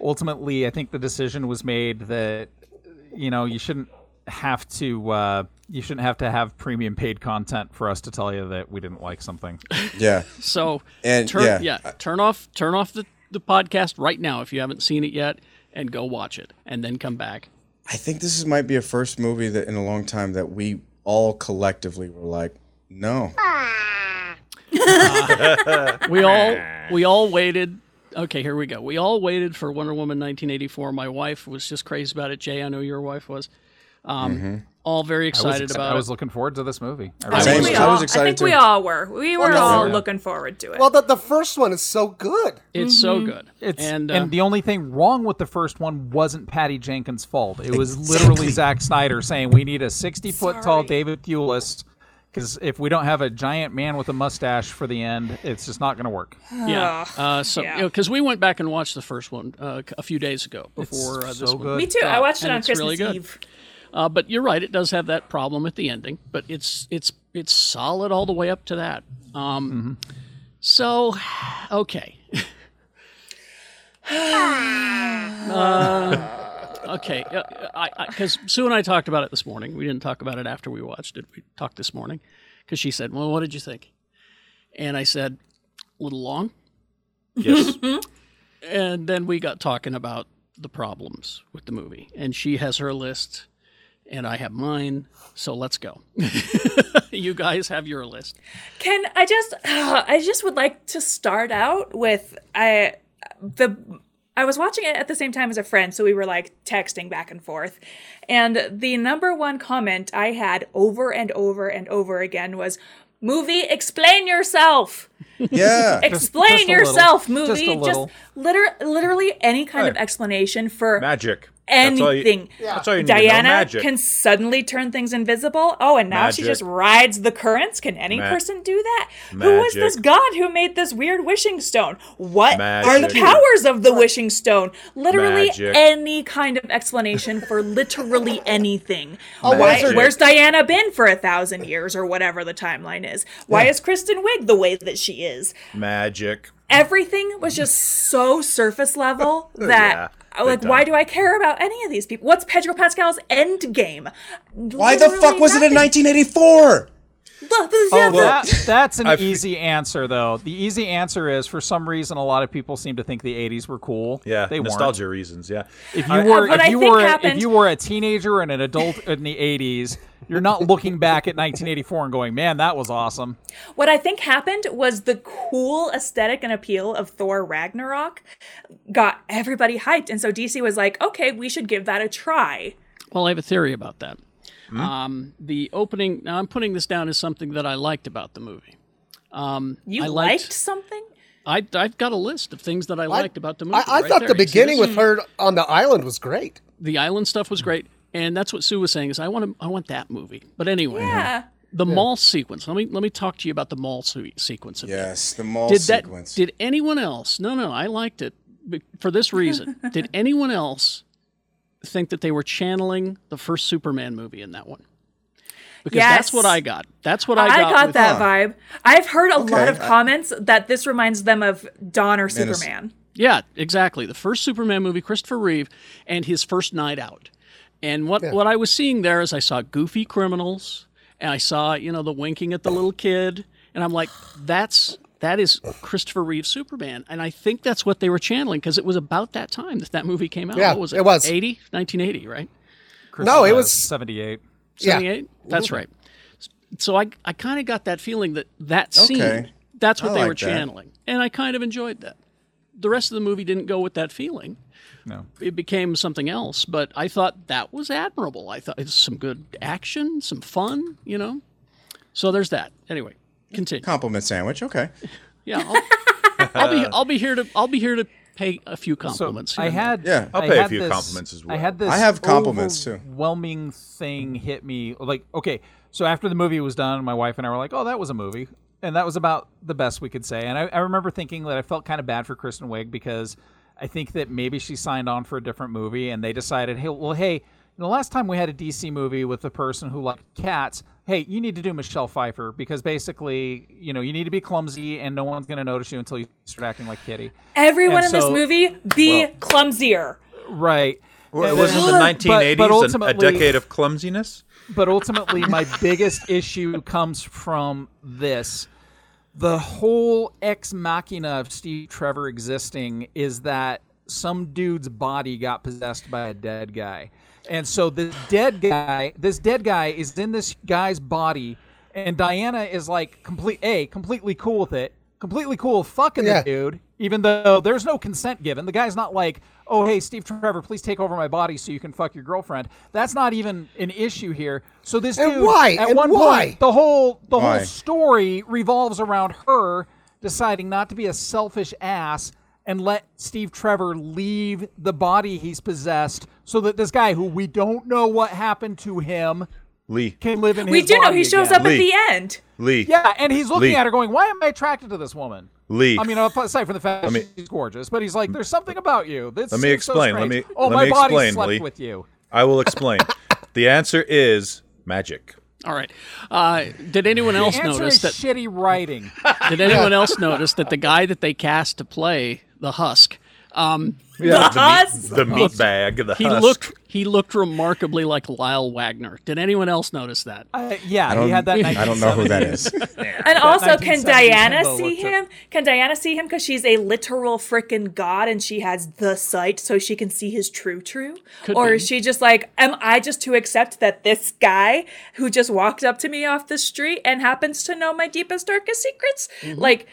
D: ultimately, I think the decision was made that you know you shouldn't have to uh, you shouldn't have to have premium paid content for us to tell you that we didn't like something.
E: Yeah.
B: So
E: And,
B: turn,
E: yeah.
B: yeah, turn off turn off the, the podcast right now if you haven't seen it yet, and go watch it, and then come back.
E: I think this is, might be a first movie that in a long time that we all collectively were like, no.
B: We all we all waited. Okay, here we go. We all waited for Wonder Woman 1984. My wife was just crazy about it. Jay, I know your wife was. Um, All very
D: I was,
B: excited
D: ex-
B: about
D: I
B: it.
D: was looking forward to this movie.
F: I
E: Same.
F: think, we
E: I
F: all,
E: was excited
F: I think we
E: too.
F: all were. We were
E: no.
F: all
E: Yeah.
F: looking forward to it.
G: Well, the, the first one is so good.
B: it's so good.
D: mm-hmm. It's,
B: and
D: and,
B: uh,
D: the only thing wrong with the first one wasn't Patty Jenkins' fault. It was literally Zack Snyder saying we need a 60 foot tall David Thewlis because if we don't have a giant man with a mustache for the end, it's just not going to work.
B: yeah. Uh, so because we went back and watched the first one uh, c- a few days ago before uh, this
D: so
B: one.
D: good.
F: Me too. I watched it
B: and
F: on
B: it's
F: Christmas
B: really good.
F: Eve.
B: Uh, but you're right; it does have that problem at the ending, but it's it's it's solid all the way up to that. Um, So, okay, Uh, okay, because I, because Sue and I talked about it this morning. We didn't talk about it after we watched it. We talked this morning because she said, "Well, what did you think?" And I said, "A little long."
C: Yes.
B: and then we got talking about the problems with the movie and she has her list and i have mine so let's go you guys have your list
F: Can I just I just would like to start out with I the I was watching it at the same time as a friend, so we were like texting back and forth. And the number one comment I had over and over and over again was movie explain yourself.
E: Yeah.
F: Explain
D: just a little.
F: yourself,
D: Just a
F: movie. Just,
D: little.
F: liter- literally any kind of
C: Right.
F: explanation for
C: Magic. That's all you-
F: anything.
C: That's all you need to know.
F: Diana
C: Magic.
F: can suddenly turn things invisible. Oh, and now she
C: Magic.
F: just rides the currents. Can any
C: Ma-
F: person do that? Who is
C: Magic.
F: this god who made this weird wishing stone? What are the
C: Magic.
F: powers of the wishing stone? Literally
C: Magic.
F: any kind of explanation for literally anything.
G: Oh,
F: Why-
G: Magic.
F: where's Diana been for a thousand years or whatever the timeline is? Why is Kristen Wiig the way that she is?
C: Magic.
F: everything was just so surface level that I- like
C: big
F: why
C: time.
F: do I care about any of these people? What's Pedro Pascal's end game?
E: Why the fuck was it in Oh, 1984?
F: yeah,
D: Well,
F: the-
D: that, that's an
C: I've-
D: easy answer, though. The easy answer is for some reason a lot of people seem to think the '80s were cool.
C: Yeah.
D: they
C: nostalgia reasons. Yeah.
D: weren't. If you were,
F: Uh, What I
D: if you
F: think
D: were, a,
F: happened-
D: if you were a teenager and an adult in the '80s, you're not looking back at 1984 and going, "Man, that was awesome."
F: what I think happened was the cool aesthetic and appeal of Thor Ragnarok got everybody hyped, and so DC was like, okay, we should give that a try.
B: well i have a theory about that
G: Hmm?
B: um, the opening now i'm putting this down as something that i liked about the movie
F: You
B: I liked-
F: liked, something?
B: I, i've got a list of things that i liked about the movie
G: I, I
B: right
G: thought
B: there.
G: the
B: You see
G: beginning
B: this?
G: with her on the island was great.
B: the island stuff was great and that's what sue was saying is i want to i want that movie but anyway
F: Yeah.
B: the mall sequence let me let me talk to you about the mall se- sequence of this.
E: Yes, the mall
B: did that
E: sequence.
B: did anyone else no no i liked it be- for this reason did anyone else think that they were channeling the first superman movie in that one because that's
F: Yes.
B: what i got that's what i
F: I
B: got,
F: got,
B: with-
F: that vibe. I've heard a lot of
E: I-
F: comments that this reminds them of Dawn or
E: Menace.
F: Superman.
B: yeah exactly the first superman movie christopher reeve and his first night out and what what i was seeing there is i saw goofy criminals and i saw you know the winking at the little kid and i'm like that's that is Christopher Reeve Superman. And I think that's what they were channeling because it was about that time that that movie came out.
G: Yeah,
B: What was it?
G: it was.
B: 80? 1980, right?
G: No, it
D: Uh,
G: was-
D: '78.
G: Yeah.
B: 78? That's right. So I, I kind of got that feeling that that scene,
E: Okay.
B: that's what
E: I
B: they
E: like
B: were
E: that.
B: channeling. And I kind of enjoyed that. The rest of the movie didn't go with that feeling.
D: No.
B: It became something else, but I thought that was admirable. I thought it was some good action, some fun, you know? So there's that. Anyway, continue.
E: Compliment sandwich. Okay.
B: Yeah. I'll, I'll be I'll be here to I'll be here to pay a few compliments. here
D: I
B: and there.
D: had.
E: Yeah.
C: I'll
D: I
C: pay a
D: had
C: few
D: this-
C: compliments as well.
D: I had this.
E: I have compliments, too.
D: Overwhelming thing hit me. Like, okay, so after the movie was done, my wife and I were like, "Oh, that was a movie," and that was about the best we could say. And I, I remember thinking that I felt kind of bad for Kristen Wiig because I think that maybe she signed on for a different movie, and they decided, hey, well, hey, the last time we had a DC movie with a person who liked cats, hey, you need to do Michelle Pfeiffer because basically, you know, you need to be clumsy, and no one's going to notice you until you start acting like Kitty.
F: Everyone
D: And
F: in this
D: so-
F: movie be
D: Well-
F: clumsier.
D: right?
C: Well,
D: And
C: wasn't
D: then-
C: the
D: but-
C: 1980s
D: but
C: an- a
D: ultimately-
C: decade of clumsiness?
D: but ultimately my biggest issue comes from this the whole ex machina of steve trevor existing is that some dude's body got possessed by a dead guy and so this dead guy this dead guy is in this guy's body and diana is like complete a completely cool with it completely cool with fucking
G: Yeah.
D: the dude even though there's no consent given the guy's not like oh hey steve trevor please take over my body so you can fuck your girlfriend that's not even an issue here so this
G: And
D: dude,
G: why?
D: at
G: And
D: one
G: why?
D: point the whole the
E: Why?
D: whole story revolves around her deciding not to be a selfish ass and let Steve Trevor leave the body he's possessed so that this guy who we don't know what happened to him
C: Lee,
D: can live in his
F: We do know
D: body
F: he shows
D: again.
F: up
C: Lee.
F: at the end.
C: Lee,
D: Yeah, and he's looking
C: Lee.
D: at her going, "Why am I attracted to this woman?"
C: Lee.
D: I mean, uh, aside from the fact that
C: Let me-
D: she's gorgeous, but he's like, "There's something about you." This
C: Let me
D: seems so
C: explain. Let
D: strange.
C: me-
D: Oh,
C: let
D: my
C: me
D: body
C: explain,
D: slept
C: Lee.
D: with you.
C: I will explain. the answer is magic.
B: All right. Uh, did anyone
D: The
B: else
D: answer
B: notice
D: is
B: that?
D: shitty writing.
B: Did anyone else notice that the guy that they cast to play the Husk, um,
F: Yeah. The
C: The
F: us.
C: meat, the meat bag, the
B: he
C: husk.
B: looked he looked remarkably like Lyle Wagner. Did anyone else notice that?
D: Uh, yeah,
E: I don't,
D: he had that.
E: I don't know who that
D: 1970s.
E: is.
F: And also, can
D: 1970s
F: Diana
D: Himbo
F: see
D: looked at-
F: him? Can Diana see him? Because she's a literal freaking god and she has the sight so she can see his true true.
B: Could
F: or
B: be.
F: is she just like, am I just to accept that this guy who just walked up to me off the street and happens to know my deepest, darkest secrets?
D: Mm-hmm.
F: Like,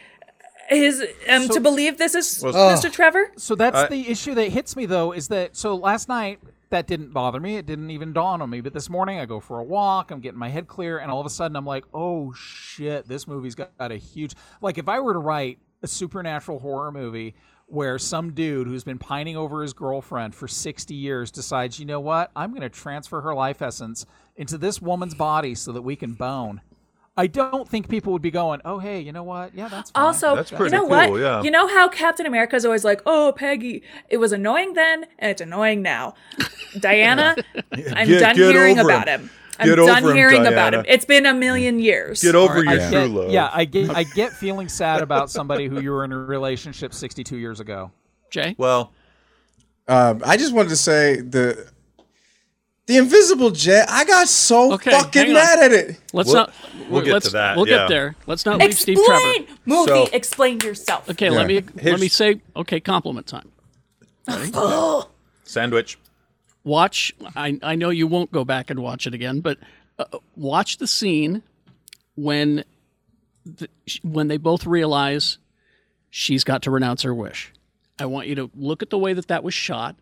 F: his um, to believe this is Mr. Trevor?
D: So that's the issue that hits me though is that so last night that didn't bother me. It didn't even dawn on me. But this morning I go for a walk. I'm getting my head clear, and all of a sudden I'm like, oh shit, this movie's got, got a huge. Like if I were to write a supernatural horror movie where some dude who's been pining over his girlfriend for 60 years decides, you know what, I'm going to transfer her life essence into this woman's body so that we can bone. I don't think people would be going, oh hey, you know what? Yeah, that's fine.
F: Also,
C: That's
F: you
C: pretty
F: know
C: cool,
F: what?
C: yeah.
F: You know how Captain America is always like, "Oh, Peggy, it was annoying then, and it's annoying now." Diana, I'm
C: Get-
F: done
C: get
F: hearing
C: over
F: about
C: him.
F: him. I'm
C: Get
F: done
C: over him,
F: hearing about
C: Diana. Mm.
F: him. It's been a million years.
C: Get over your
D: I
C: true
D: get-
C: love.
D: Yeah, I get I get feeling sad about somebody who you were in a relationship 62 years ago.
B: Jay,
C: Well,
E: Um, I just wanted to say the the Invisible Jet. I got so
B: Okay, hang
E: fucking
B: on.
E: mad at it.
B: let's
C: We'll-
B: not.
C: we'll get to
B: let's-
C: that,
B: We'll
C: yeah.
B: get there. Let's not leave
F: Explain
B: Steve Trevor.
F: movie.
C: So-
F: explain yourself.
B: Okay, let me
E: Yeah.
B: let me
C: Here's-
B: say. Okay, compliment time.
C: sandwich.
B: watch I, I know you won't go back and watch it again but uh, watch the scene when the, sh- when they both realize she's got to renounce her wish i want you to look at the way that that was shot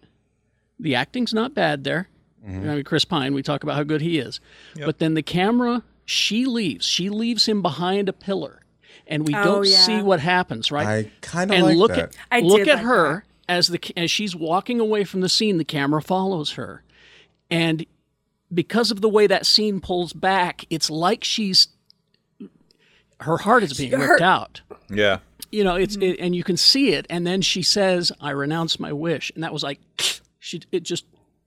B: the acting's not bad there i mean chris pine we talk about how good he is but then the camera she leaves she leaves him behind a pillar and we don't
F: yeah.
B: see what happens right
E: I kind of
B: and
E: like
B: look
E: that.
B: at
F: I
B: look
F: did
B: at
F: like
B: her as the as she's walking away from the scene. The camera follows her, and because of the way that scene pulls back, it's like she's her heart is being
F: Her-
B: ripped out.
C: Yeah.
B: You know, it's it, and you can see it. And then she says, "I renounce my wish," and that was like she it just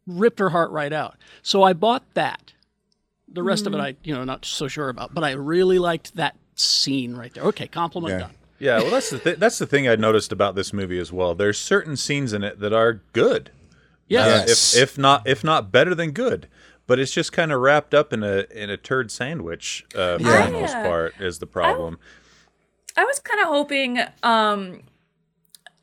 B: ripped her heart right out. So I bought that. The rest of it,
F: Mm-hmm.
B: I you know, not so sure about, but I really liked that scene right there. Okay, compliment
E: Yeah.
B: done.
C: Yeah, well, that's the th- that's the thing I noticed about this movie as well. There's certain scenes in it that are good,
B: Yeah.
E: Yeah.
C: Uh,
E: Yes.
C: if if not if not better than good, but it's just kind of wrapped up in a in a turd sandwich uh, for
F: Yeah.
C: the most
F: I, uh,
C: part is the problem.
F: I was kind of hoping, um,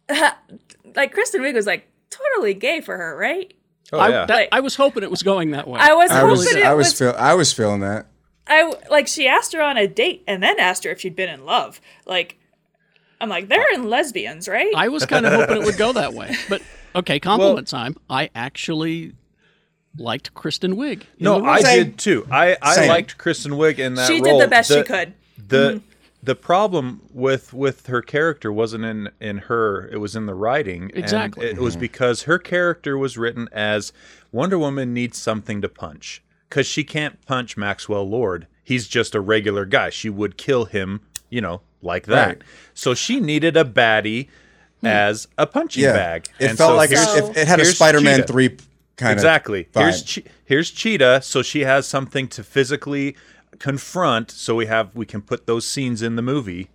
F: like Kristen Wiig was like totally gay for her, right?
C: Oh
B: I,
C: yeah,
B: that- I was hoping it was going that way.
F: I was
E: I
F: hoping
E: was
F: it
E: I was,
F: was
E: feel I was feeling that.
F: I like she asked her on a date and then asked her if she'd been in love. Like I'm like they're in lesbians, right?
B: I was kind of hoping it would go that way. But okay, compliment time. I actually liked Kristen Wiig. in the
C: no,
B: role.
C: I
E: Same.
C: did too. I I
E: Same.
C: liked Kristen Wiig in that.
F: she
C: role.
F: did the best she could. Mm-hmm.
C: The the problem with with her character wasn't in in her; it was in the writing. and
B: Exactly.
C: it
E: Mm-hmm.
C: was because her character was written as Wonder Woman needs something to punch because she can't punch Maxwell Lord. He's just a regular guy. She would kill him, you know, like that. So she needed a baddie as a punching
E: Yeah.
C: bag.
E: It felt like it-
C: here's-
E: it- it had a
C: here's
E: Spider-Man
C: Cheetah.
E: 3 kind of
C: exactly. Here's
E: vibe.
C: che- here's Cheetah, so she has something to physically confront. So we have we can put those scenes in the movie,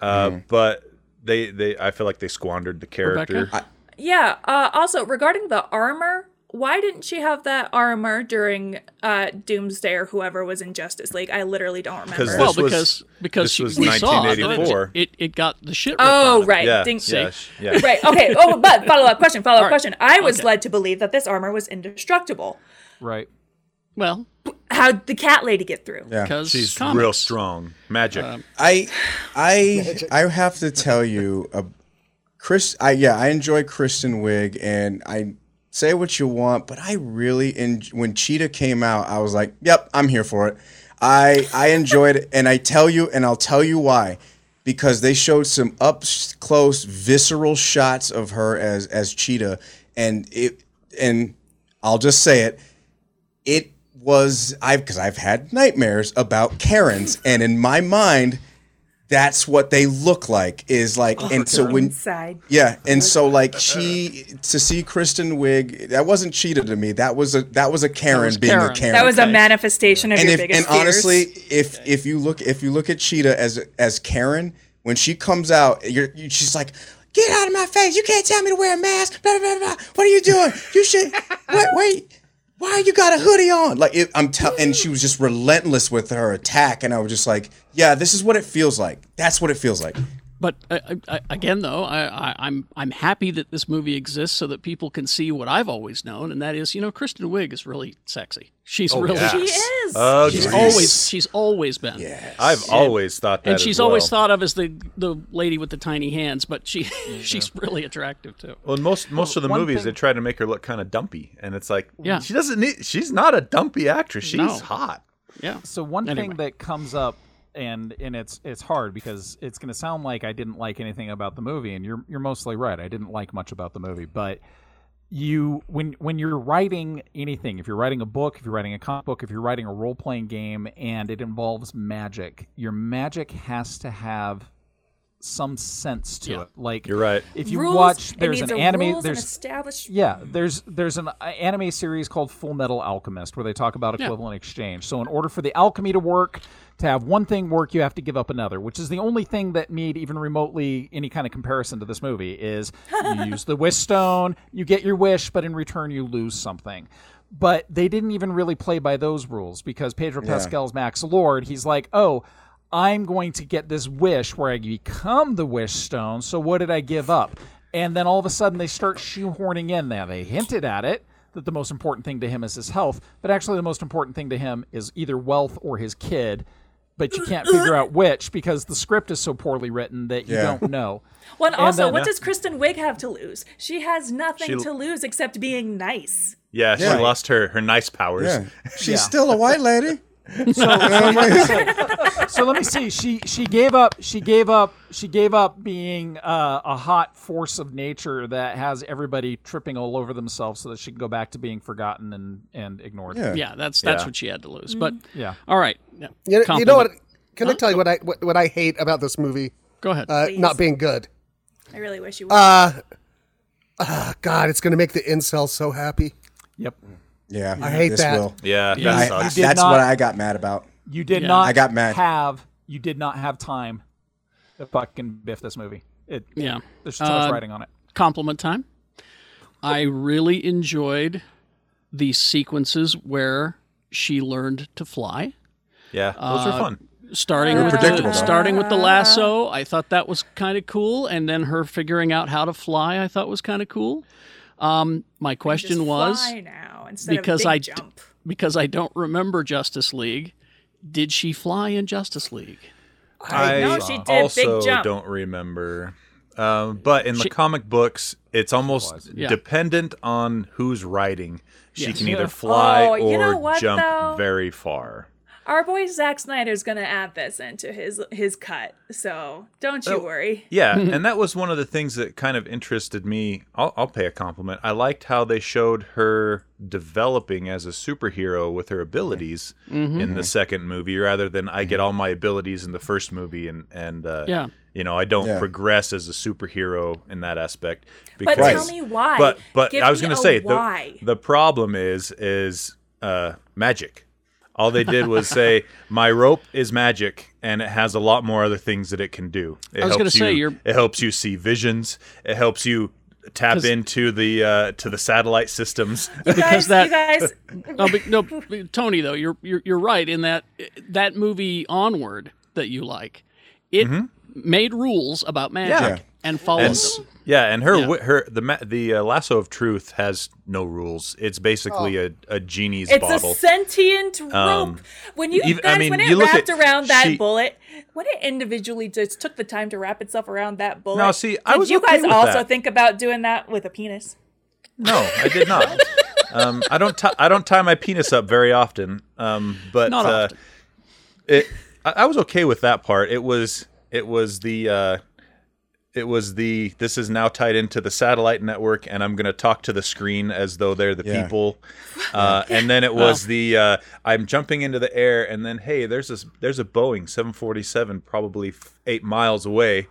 C: uh,
E: Mm-hmm.
C: but they they I feel like they squandered the character.
F: Yeah. Uh, also, regarding the armor, why didn't she have that armor during uh, Doomsday or whoever was in Justice League? I literally don't remember.
C: This
B: well,
C: was-
B: because because
C: this
B: she-
C: was
B: we saw that
C: 1984.
B: it, it got the shit. ripped
F: Oh
B: out of it.
F: right,
C: Yeah,
F: Ding-
C: yeah, sh- yeah.
F: right. Okay. Oh, but follow up question. Follow
B: All
F: up
B: right.
F: question. I was
B: Okay.
F: led to believe that this armor was indestructible.
D: Right.
B: Well,
F: How'd the cat lady get through?
E: Yeah.
B: because
C: She's
B: comics. Um,
C: real strong, magic.
E: I I I have to tell you, uh, Chris. I yeah, I enjoy Kristen Wiig, and I say what you want, but I really en- when Cheetah came out, I was like, "Yep, I'm here for it." I I enjoyed it, and I tell you, and I'll tell you why, because they showed some up close, visceral shots of her as as Cheetah, and it and I'll just say it it was I've because I've had nightmares about Karens, and in my mind, that's what they look like. Is like, and so when
F: Inside.
E: yeah, and so like she to see Kristen Wiig, that wasn't cheetah to me. That was a that was a Karen
B: was
E: being
B: Karen.
E: a Karen.
F: That was a manifestation of
E: and
F: your
E: if,
F: biggest
E: and
F: fears.
E: honestly, if if you look if you look at cheetah as as Karen when she comes out, you're you, she's like. Get out of my face! You can't tell me to wear a mask. Blah, blah, blah, blah. What are you doing? You should. What? Wait why you got a hoodie on? Like it, I'm telling, and she was just relentless with her attack, and I was just like, yeah, this is what it feels like. That's what it feels like.
B: But uh, uh, again, though, I, I, I'm I'm happy that this movie exists so that people can see what I've always known, and that is, you know, Kristen Wiig is really sexy. She's really
C: yeah.
F: she is.
C: Oh,
B: she's
C: geez.
B: always she's always been.
C: I've always thought that,
B: And
C: as
B: she's always
C: well.
B: thought of as the the lady with the tiny hands, but she she's really attractive too.
C: Well, in most most of the
D: one
C: movies
D: thing-
C: they try to make her look kind of dumpy, and it's like,
B: Yeah.
C: she doesn't need. She's not a dumpy actress. She's
B: No.
C: hot.
B: Yeah.
D: So one
B: Anyway.
D: thing that comes up and and it's it's hard because it's going to sound like I didn't like anything about the movie and you're you're mostly right. I didn't like much about the movie, but you when when you're writing anything, if you're writing a book, if you're writing a comic book, if you're writing a role-playing game and it involves magic, your magic has to have some sense to
B: Yeah.
D: it. Like
C: You're right.
D: If you
F: Rules,
D: watch
F: it
D: there's
F: needs
D: an
F: a
D: anime
F: rules and
D: there's
F: established.
D: yeah, there's there's an uh, anime series called Full Metal Alchemist where they talk about equivalent exchange. So in order for the alchemy to work, to have one thing work, you have to give up another, which is the only thing that made even remotely any kind of comparison to this movie is you use the wish stone, you get your wish, but in return you lose something. But they didn't even really play by those rules because Pedro Pascal's Max Lord, he's like, "Oh, I'm going to get this wish where I become the wish stone. So what did I give up? And then all of a sudden they start shoehorning in there. They hinted at it that the most important thing to him is his health, but actually the most important thing to him is either wealth or his kid. But you can't figure out which because the script is so poorly written that you
E: Yeah.
D: don't know.
F: Well, and also,
D: then-
F: what does Kristen Wiig have to lose? She has nothing
C: She-
F: to lose except being nice.
C: Yeah, she
E: Yeah.
C: lost her her nice powers.
E: Yeah, she's still a white lady.
D: so let me see. She she gave up. She gave up. She gave up being uh, a hot force of nature that has everybody tripping all over themselves, so that she can go back to being forgotten and and ignored.
E: Yeah.
B: Yeah, that's that's
C: Yeah.
B: what she had to lose. But
D: Yeah.
B: all right. Yeah.
G: You know, you
B: Compliment.
G: know what? Can I tell you what I what, what I hate about this movie?
B: Go ahead.
G: Uh,
F: Please.
G: not being good.
F: I really wish you
B: Uh,
F: would.
G: Ah, God, it's going to make the incels so happy.
D: Yep.
E: Yeah,
G: I hate
E: this
G: that.
E: Will.
C: Yeah, that
E: I,
C: sucks.
D: did
E: that's
D: not-
E: what I got mad about.
D: You did not.
E: I got mad.
D: Have you did not have time to fucking biff this movie? It
B: Yeah.
D: There's so much
B: Uh,
D: writing on it.
B: compliment time. I really enjoyed the sequences where she learned to fly.
C: yeah, those
B: Uh,
C: were fun.
B: starting with
E: predictable,
B: the,
E: though.
B: starting with the lasso i thought that was kind of cool and then her figuring out how to fly i thought was kind of cool um, my question
F: Just
B: was
F: fly now instead
B: because
F: of big
B: I d-
F: jump.
B: because i don't remember justice league did she fly in justice league
C: I
F: No, she did big
C: also
F: jump.
C: don't remember. Um, but in the comic books, it's almost
B: Yeah.
C: dependent on who's writing. She
B: Yes.
C: can either fly
F: Oh,
C: or
F: you know what,
C: jump
F: though?
C: very far.
F: Our boy Zack Snyder's gonna add this into his his cut, so don't you
C: Oh,
F: worry.
C: Yeah, and that was one of the things that kind of interested me. I'll, I'll pay a compliment. I liked how they showed her developing as a superhero with her abilities
B: Mhm.
C: in the second movie, rather than I get all my abilities in the first movie, and and uh,
B: Yeah.
C: you know, I don't
E: Yeah.
C: progress as a superhero in that aspect.
F: But tell Right. me why.
C: But but
F: Give
C: I was
F: me
C: going to
F: a
C: say the,
F: why.
C: the problem is is uh, magic. All they did was say my rope is magic, and it has a lot more other things that it can do. It
B: I was gonna
C: helps
B: say,
C: you-
B: you're-
C: it helps you see visions. It helps you tap
B: 'Cause-
C: into the uh, to the satellite systems.
B: because
F: guys-
B: that
F: you guys-
B: no, but, no but Tony though you're, you're you're right in that that movie onward that you like it
E: Mm-hmm.
B: made rules about magic
C: Yeah.
B: and
C: and
B: follows them.
C: yeah, and her
B: Yeah.
C: wi- her the ma- the uh, lasso of truth has no rules. It's basically a, a genie's
F: Oh. It's
C: bottle.
F: a sentient rope.
C: Um,
F: when you
C: even- I
F: guys,
C: mean,
F: when it
C: you look
F: wrapped
C: at-
F: around that
C: she-
F: bullet, when it individually just took the time to wrap itself around that bullet.
C: Now, see, I
F: did
C: was
F: you
C: okay
F: guys
C: with
F: also
C: that.
F: think about doing that with a penis?
C: no, I did not. um, I don't t- I don't tie my penis up very often. Um, but
B: Not
C: uh,
B: often.
C: it I, I was okay with that part. It was it was the uh, it was the this is now tied into the satellite network, and I'm going to talk to the screen as though they're the
E: Yeah.
C: people. Uh, and then it was the uh, I'm jumping into the air, and then hey, there's this there's a Boeing 747 probably f- eight miles away.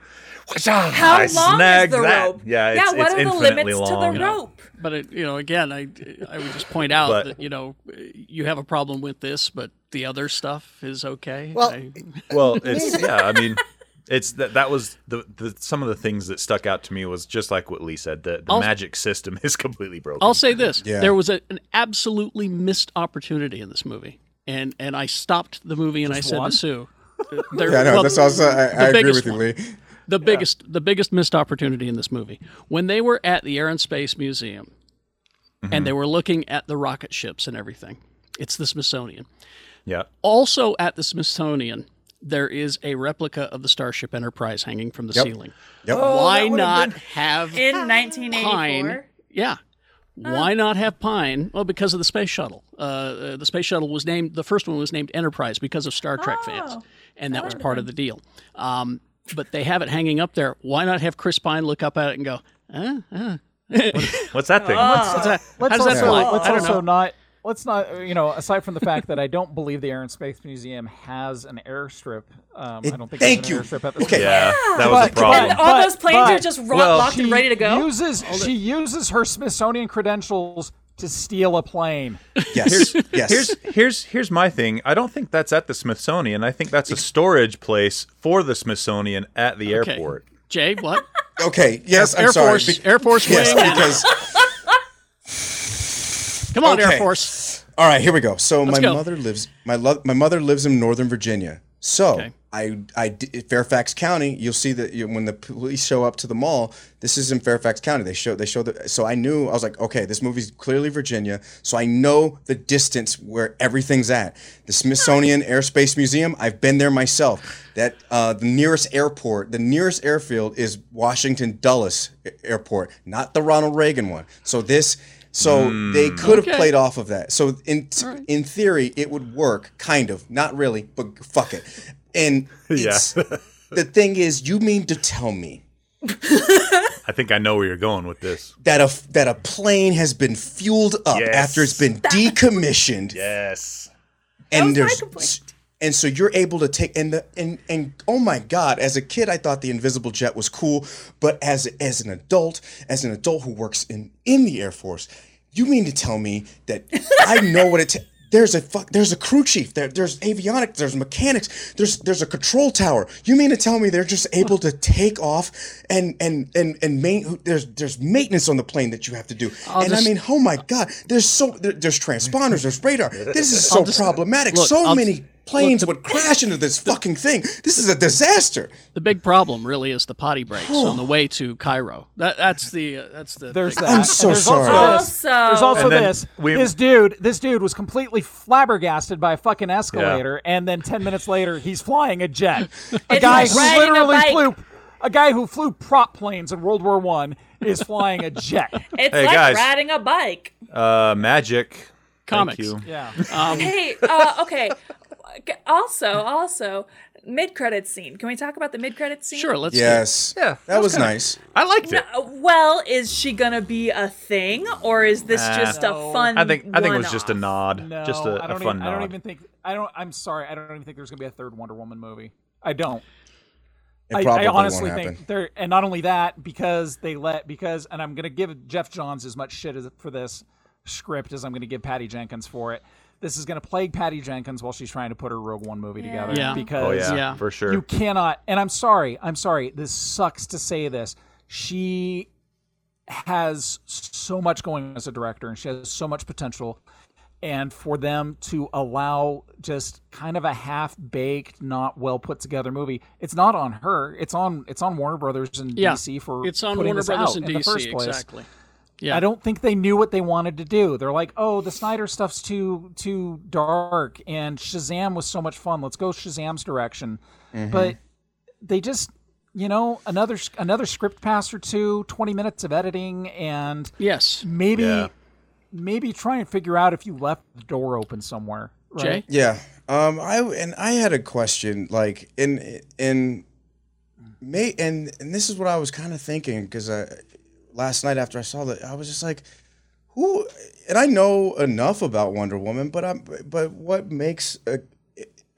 F: How
C: How I
F: long is
C: snagged
F: the
C: that.
F: rope?
C: Yeah, it's,
F: what
C: it's
F: are the
C: infinitely
F: limits
C: long.
F: to the rope?
B: But it, you know, again, I I would just point out
C: But-
B: that you know you have a problem with this, but the other stuff is okay.
G: Well,
B: I-
C: Well, it's yeah. I mean, it's that that was the, the some of the things that stuck out to me was just like what Lee said. The, the
B: I'll-
C: magic system is completely broken.
B: I'll say this:
E: Yeah.
B: there was a, an absolutely missed opportunity in this movie, and and I stopped the movie and I said
K: one?
B: to Sue, uh, there-
E: Yeah, I know.
B: well,
E: That's also I, I agree
B: biggest
E: with you,
B: one.
E: Lee.
B: the biggest the biggest missed opportunity in this movie when they were at the Air and Space Museum
E: Mm-hmm.
B: and they were looking at the rocket ships and everything. It's the Smithsonian.
C: yeah.
B: Also at the Smithsonian, there is a replica of the Starship Enterprise hanging from the ceiling.
E: Yep.
B: Why not have
F: In
B: Pine.
F: 1984,
B: Yeah. Why not have Pine? Well, because of the space shuttle. Uh, Uh, the space shuttle was named, the first one was named Enterprise because of Star Trek fans.
F: Oh.
B: And that was part of the deal. Um, but they have it hanging up there. Why not have Chris Pine look up at it and go, eh, eh.
C: What's that thing?
B: How's that-
D: Let's
B: how does that
D: also,
B: fly?
D: let's
B: I don't
D: also
B: know.
D: not let's not you know aside from the fact that I don't believe the Air and Space Museum has an airstrip. Um, I don't think
E: Thank
D: there's an
E: you.
D: airstrip at this
E: Okay.
C: Yeah, that was a
D: But-
C: problem.
F: and all
D: But-
F: those planes are
D: but-
F: just ro-
C: Well,
F: locked and
D: She
F: ready to go.
D: Uses she uses her Smithsonian credentials to steal a plane.
E: Yes. yes.
C: Here's here's here's my thing. I don't think that's at the Smithsonian. I think that's a storage place for the Smithsonian at the
B: Okay.
C: airport.
B: Jay, what?
E: okay. Yes. I'm
B: Air
E: sorry.
B: Force,
E: Be-
B: Air Force
E: yes,
B: Wing.
E: because
B: Come on, Air
E: Okay.
B: Force.
E: All right, here we go. So my
B: go.
E: mother lives my lo- my mother lives in Northern Virginia. So I I di- Fairfax County. You'll see that you, when the police show up to the mall, this is in Fairfax County. They show they show the. So I knew I was like, okay, this movie's clearly Virginia. So I know the distance where everything's at. The Smithsonian Airspace Museum. I've been there myself. That uh, the nearest airport, the nearest airfield is Washington Dulles A- Airport, not the Ronald Reagan one. So this. So
C: Hmm.
E: they could have
B: Okay.
E: played off of that. So in in theory, it would work, kind of, not really, but fuck it. And it's, the thing is, you mean to tell me
C: I think I know where you're going with this.
E: that a that a plane has been fueled up
C: Yes.
E: after it's been decommissioned,
C: Yes.
E: and
F: was my
E: there's
F: complaint.
E: and so you're able to take and the and and oh my god as a kid i thought the invisible jet was cool but as as an adult as an adult who works in in the air force you mean to tell me that i know what it ta- there's a fuck there's a crew chief there, there's avionics there's mechanics there's there's a control tower you mean to tell me they're just able to take off and and and and main there's there's maintenance on the plane that you have to do and i
B: just-
E: mean oh my god there's so there, there's transponders there's radar this is so problematic
B: look,
E: so
B: I'll
E: many
B: just-
E: planes would crash into this fucking thing. This is a disaster.
B: The big problem really is the potty breaks on the way to Cairo. That, that's the uh, that's the
D: There's
B: big-
D: that.
E: I'm
D: And
E: so
D: there's
E: sorry.
D: Also this. There's
F: Also-
D: also
C: And then
D: this.
C: we-
D: this dude, this dude was completely flabbergasted by a fucking escalator, and then ten minutes later, he's flying a jet. A
F: It's
D: guy
F: like
D: who
F: riding a
D: literally
F: bike.
D: flew, a guy who flew prop planes in World War One is flying a jet.
F: It's
C: Hey,
F: like
C: guys.
F: riding a bike.
C: Uh, magic.
B: Comics.
C: Thank you.
D: Yeah.
F: hey, uh, okay. c- also, also, mid credit scene. Can we talk about the mid credit scene?
B: Sure, let's.
E: yes.
B: Yeah,
E: That, was,
B: kinda-
E: nice.
C: I liked it.
F: No, well, is she gonna be a thing, or is this
C: Nah.
F: just a
D: No.
F: fun?
C: I think I think it was
F: one-off?
C: just a nod,
D: No,
C: just a,
D: I
C: a
D: don't
C: fun
D: even,
C: nod.
D: I don't even think. I don't. I'm sorry. I don't even think there's gonna be a third Wonder Woman movie. I don't.
E: It
D: I,
E: probably
D: I honestly
E: won't happen.
D: think they're, and not only that, because they let because, and I'm gonna give Jeff Johns as much shit as, for this script as I'm gonna give Patty Jenkins for it. This is gonna plague Patty Jenkins while she's trying to put her Rogue One movie together
B: Yeah.
D: because
C: oh yeah,
B: Yeah.
C: for sure.
D: you cannot. And I'm sorry. I'm sorry. This sucks to say this. She has so much going as a director, and she has so much potential. And for them to allow just kind of a half-baked, not well put together movie, it's not on her. It's on it's on Warner Brothers and
B: Yeah.
D: DC for
B: It's on
D: putting
B: Warner
D: this
B: Brothers
D: out
B: and
D: in the
B: DC.
D: first place.
B: Exactly. Yeah.
D: I don't think they knew what they wanted to do. They're like, "Oh, the Snyder stuff's too too dark and Shazam was so much fun. Let's go Shazam's direction." But they just, you know, another s- another script pass or two, 20 minutes of editing and
B: Yes.
D: maybe
C: Yeah.
D: maybe try and figure out if you left the door open somewhere, right?
B: Jay?
E: Yeah. Um. I and I had a question. Like in in may and and this is what I was kind of thinking because I last night after I saw that I was just like, who? And I know enough about Wonder Woman, but I'm but what makes a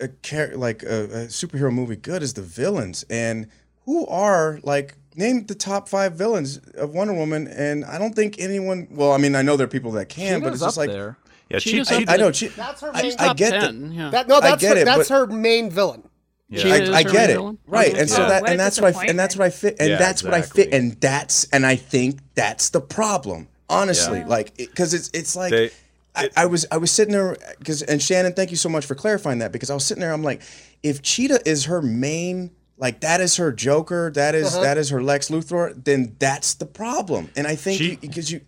E: a char- like a, a superhero movie good is the villains and who are like name the top five villains of Wonder Woman and I don't think anyone well I mean I know there are people that can but
D: Cheetah's
E: it's just
D: up
E: like
D: there.
C: yeah,
B: She
C: she,
B: just-
C: she,
E: I, I know she,
G: That's her
E: I-
G: main-
E: I,
B: Top
E: get that.
B: 10, yeah.
G: That no,
E: I
G: that's
E: get
G: her,
E: it,
G: that's
E: but-
G: her main villain.
C: Yeah.
B: Cheetah is
E: I,
B: her
E: I get
B: main
E: it,
B: villain?
E: right? And so
C: Yeah.
E: that,
F: What a
E: and that's what I, f- and that's what I fit, and
C: Yeah,
E: that's what I fit,
C: exactly.
E: and that's, and I think that's the problem, honestly. Like, because it's, it's like,
C: They-
E: I,
C: it-
E: I was, I was sitting there, because, and Shannon, thank you so much for clarifying that, because I was sitting there, I'm like, if Cheetah is her main, like that is her Joker, that is- that is her Lex Luthor, then that's the problem, and I
C: She-
E: think because you,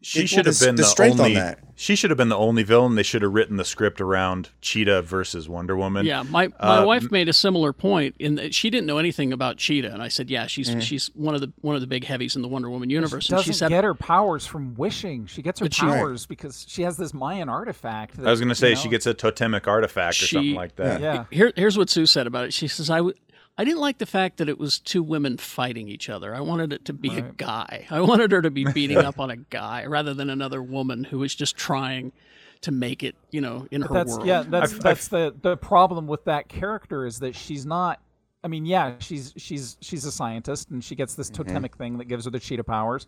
C: she
E: it-
C: should have
E: the-
C: been
E: the
C: the,
E: strength on
C: only.
E: that.
C: She should have been the only villain. They should have written the script around Cheetah versus Wonder Woman.
B: Yeah, my,
D: Uh,
B: my wife made a similar point in that she didn't know anything about Cheetah, and I said, "Yeah, she's she's one of the one of the big heavies in the Wonder Woman universe." and
D: Eh. Doesn't
B: she said,
D: get her powers from wishing. She gets her
B: she- Right.
D: powers because she has this Mayan artifact. That,
C: I was gonna say
D: you
C: she
D: know,
C: gets a totemic artifact or
B: She-
C: something like that.
D: Yeah.
B: Here, here's what Sue said about it. She says, "I, w- I didn't like the fact that it was two women fighting each other. I wanted it to be a guy. I wanted her to be beating up on a guy rather than another woman who was just trying to make it, you know, in her
D: that's
B: world.
D: yeah that's that's the the problem with that character is that she's not i mean yeah she's she's she's a scientist and she gets this
B: Mm-hmm.
D: totemic thing that gives her the cheetah powers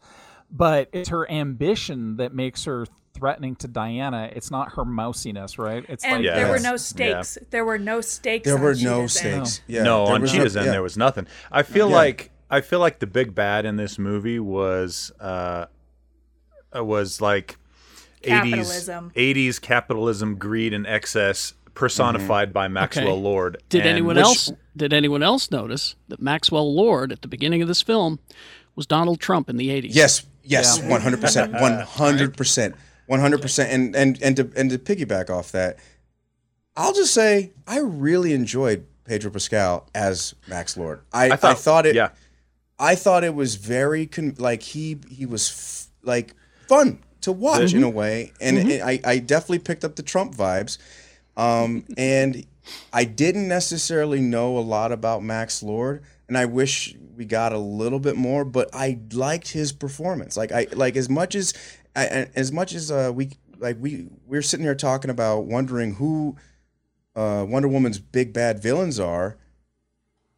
D: but it's her ambition that makes her threatening to diana it's not her mousiness right it's
F: And
D: like
C: Yeah.
F: there were
E: Yes.
F: no stakes. There were no stakes.
E: there
F: on
E: were no
F: Cheetah's end.
E: stakes, yeah,
C: no,
E: there
C: on
E: was
C: Cheetah's end
E: yeah.
C: there was nothing. I feel like I feel like the big bad in this movie was uh uh, was like eighties
F: Capitalism.
C: eighties capitalism, greed and excess personified
E: Mm-hmm.
C: by Maxwell
B: Okay.
C: Lord.
B: Did
C: And
B: anyone
C: which-
B: else did anyone else notice that Maxwell Lord at the beginning of this film was Donald Trump in the 80s?
E: Yes, yes, one hundred percent, one hundred percent, one hundred percent. And and and to and to piggyback off that, I'll just say I really enjoyed Pedro Pascal as Max Lord. I, I, thought, it.
C: Yeah.
E: I thought it was very con- like he he was f- like fun to watch in a way, and it- I I definitely picked up the Trump vibes, um, and I didn't necessarily know a lot about Max Lord, and I wish we got a little bit more, but I liked his performance. Like I like as much as I- I, as much as uh, we like we we're sitting here talking about wondering who uh, Wonder Woman's big bad villains are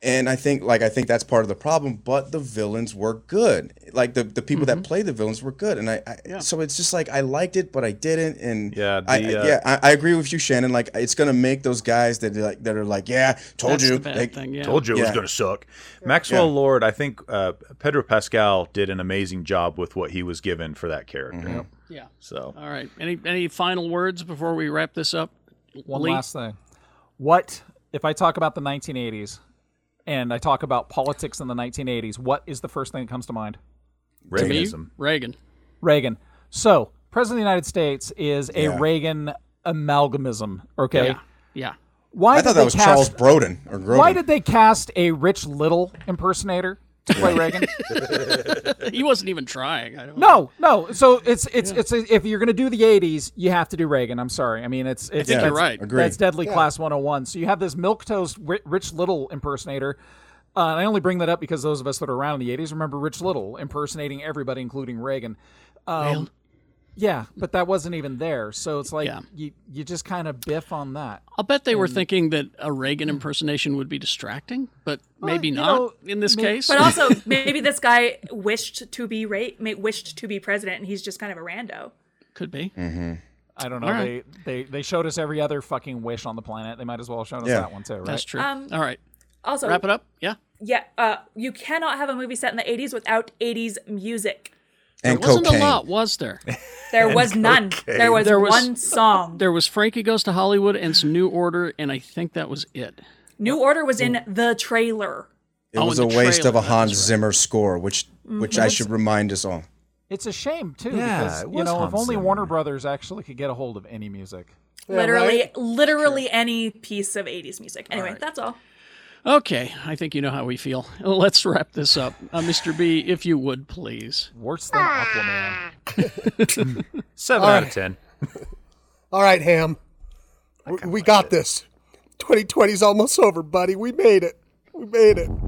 E: and I think like I think that's part of the problem. But the villains were good. Like the, the people
C: Mm-hmm.
E: that play the villains were good, and I, I so it's just like I liked it, but I didn't. And
C: Yeah,
E: I,
C: the,
E: I-
C: uh,
E: yeah, I, I agree with you, Shannon. Like it's gonna make those guys that are like that are like, yeah, told
B: That's
E: you,
B: the bad
E: like,
B: thing. Yeah.
C: Told you it was
E: Yeah.
C: going to suck. Maxwell
E: Yeah.
C: Lord, I think uh, Pedro Pascal did an amazing job with what he was given for that character.
E: Mm-hmm.
B: Yeah.
C: So
B: All right. Any any final words before we wrap this up?
D: one
B: Lee?
D: last thing what if i talk about the 1980s and i talk about politics in the 1980s what is the first thing that comes to mind
B: to me,
C: Reaganism.
B: Reagan.
D: Reagan. So, President of the United States is a
E: Yeah.
D: Reagan amalgamism. Okay.
B: Yeah. Yeah.
D: Why
E: I
D: did
E: thought
D: they
E: that was
D: cast,
E: Charles Broden or Groden.
D: Why did they cast a Rich Little impersonator? to play Reagan.
B: he wasn't even trying. I don't.
D: No, no. So it's it's it's if you're gonna do the '80s, you have to do Reagan. I'm sorry. I mean, it's it's
B: think
D: that's,
B: you're right.
D: That's
E: Agree.
D: Deadly Class 101. So you have this milk toast Rich Little impersonator. Uh, and I only bring that up because those of us that are around in the '80s remember Rich Little impersonating everybody, including Reagan. Um, yeah, but that wasn't even there. So it's like
B: Yeah.
D: you you just kind of biff on that.
B: I'll bet they were thinking that a Reagan impersonation would be distracting, but maybe
D: you
B: not
D: know,
B: in this
D: may-
B: case.
F: But also, maybe this guy wished to be ra- ma- wished to be president, and he's just kind of a rando.
B: could be.
E: Mm.
D: I don't know.
B: All right.
D: They, they they showed us every other fucking wish on the planet. They might as well have shown us
E: Yeah.
D: that one too, right?
B: That's true.
F: Um,
B: All right,
F: Also,
B: wrap it up. Yeah,
F: yeah, uh, you cannot have a movie set in the '80s without '80s music.
E: and
B: there wasn't
E: cocaine.
B: a lot, was there?
F: There was none. There was,
B: There was-
F: one song.
B: There was Frankie Goes to Hollywood and some New Order, and I think that was it.
F: New Order was in the trailer.
E: It
B: Oh,
E: was a
B: in the
E: waste of
B: trailer, that
E: a Hans Zimmer score, which
D: Mm-hmm.
E: which I should remind us all.
D: It's a shame too,
K: Yeah,
D: because
K: it
D: you
K: was
D: know, if
K: Hans
D: only
K: Zimmer.
D: Warner Brothers actually could get a hold of any music.
F: literally, literally any piece of '80s music. Anyway, that's all.
B: Okay, I think you know how we feel. Let's wrap this up, uh, Mr. B, if you would please.
D: Worse than Aquaman.
C: Seven out of ten.
G: All right, Ham. We, we got this. 2020's almost over, buddy. We made it. We made it.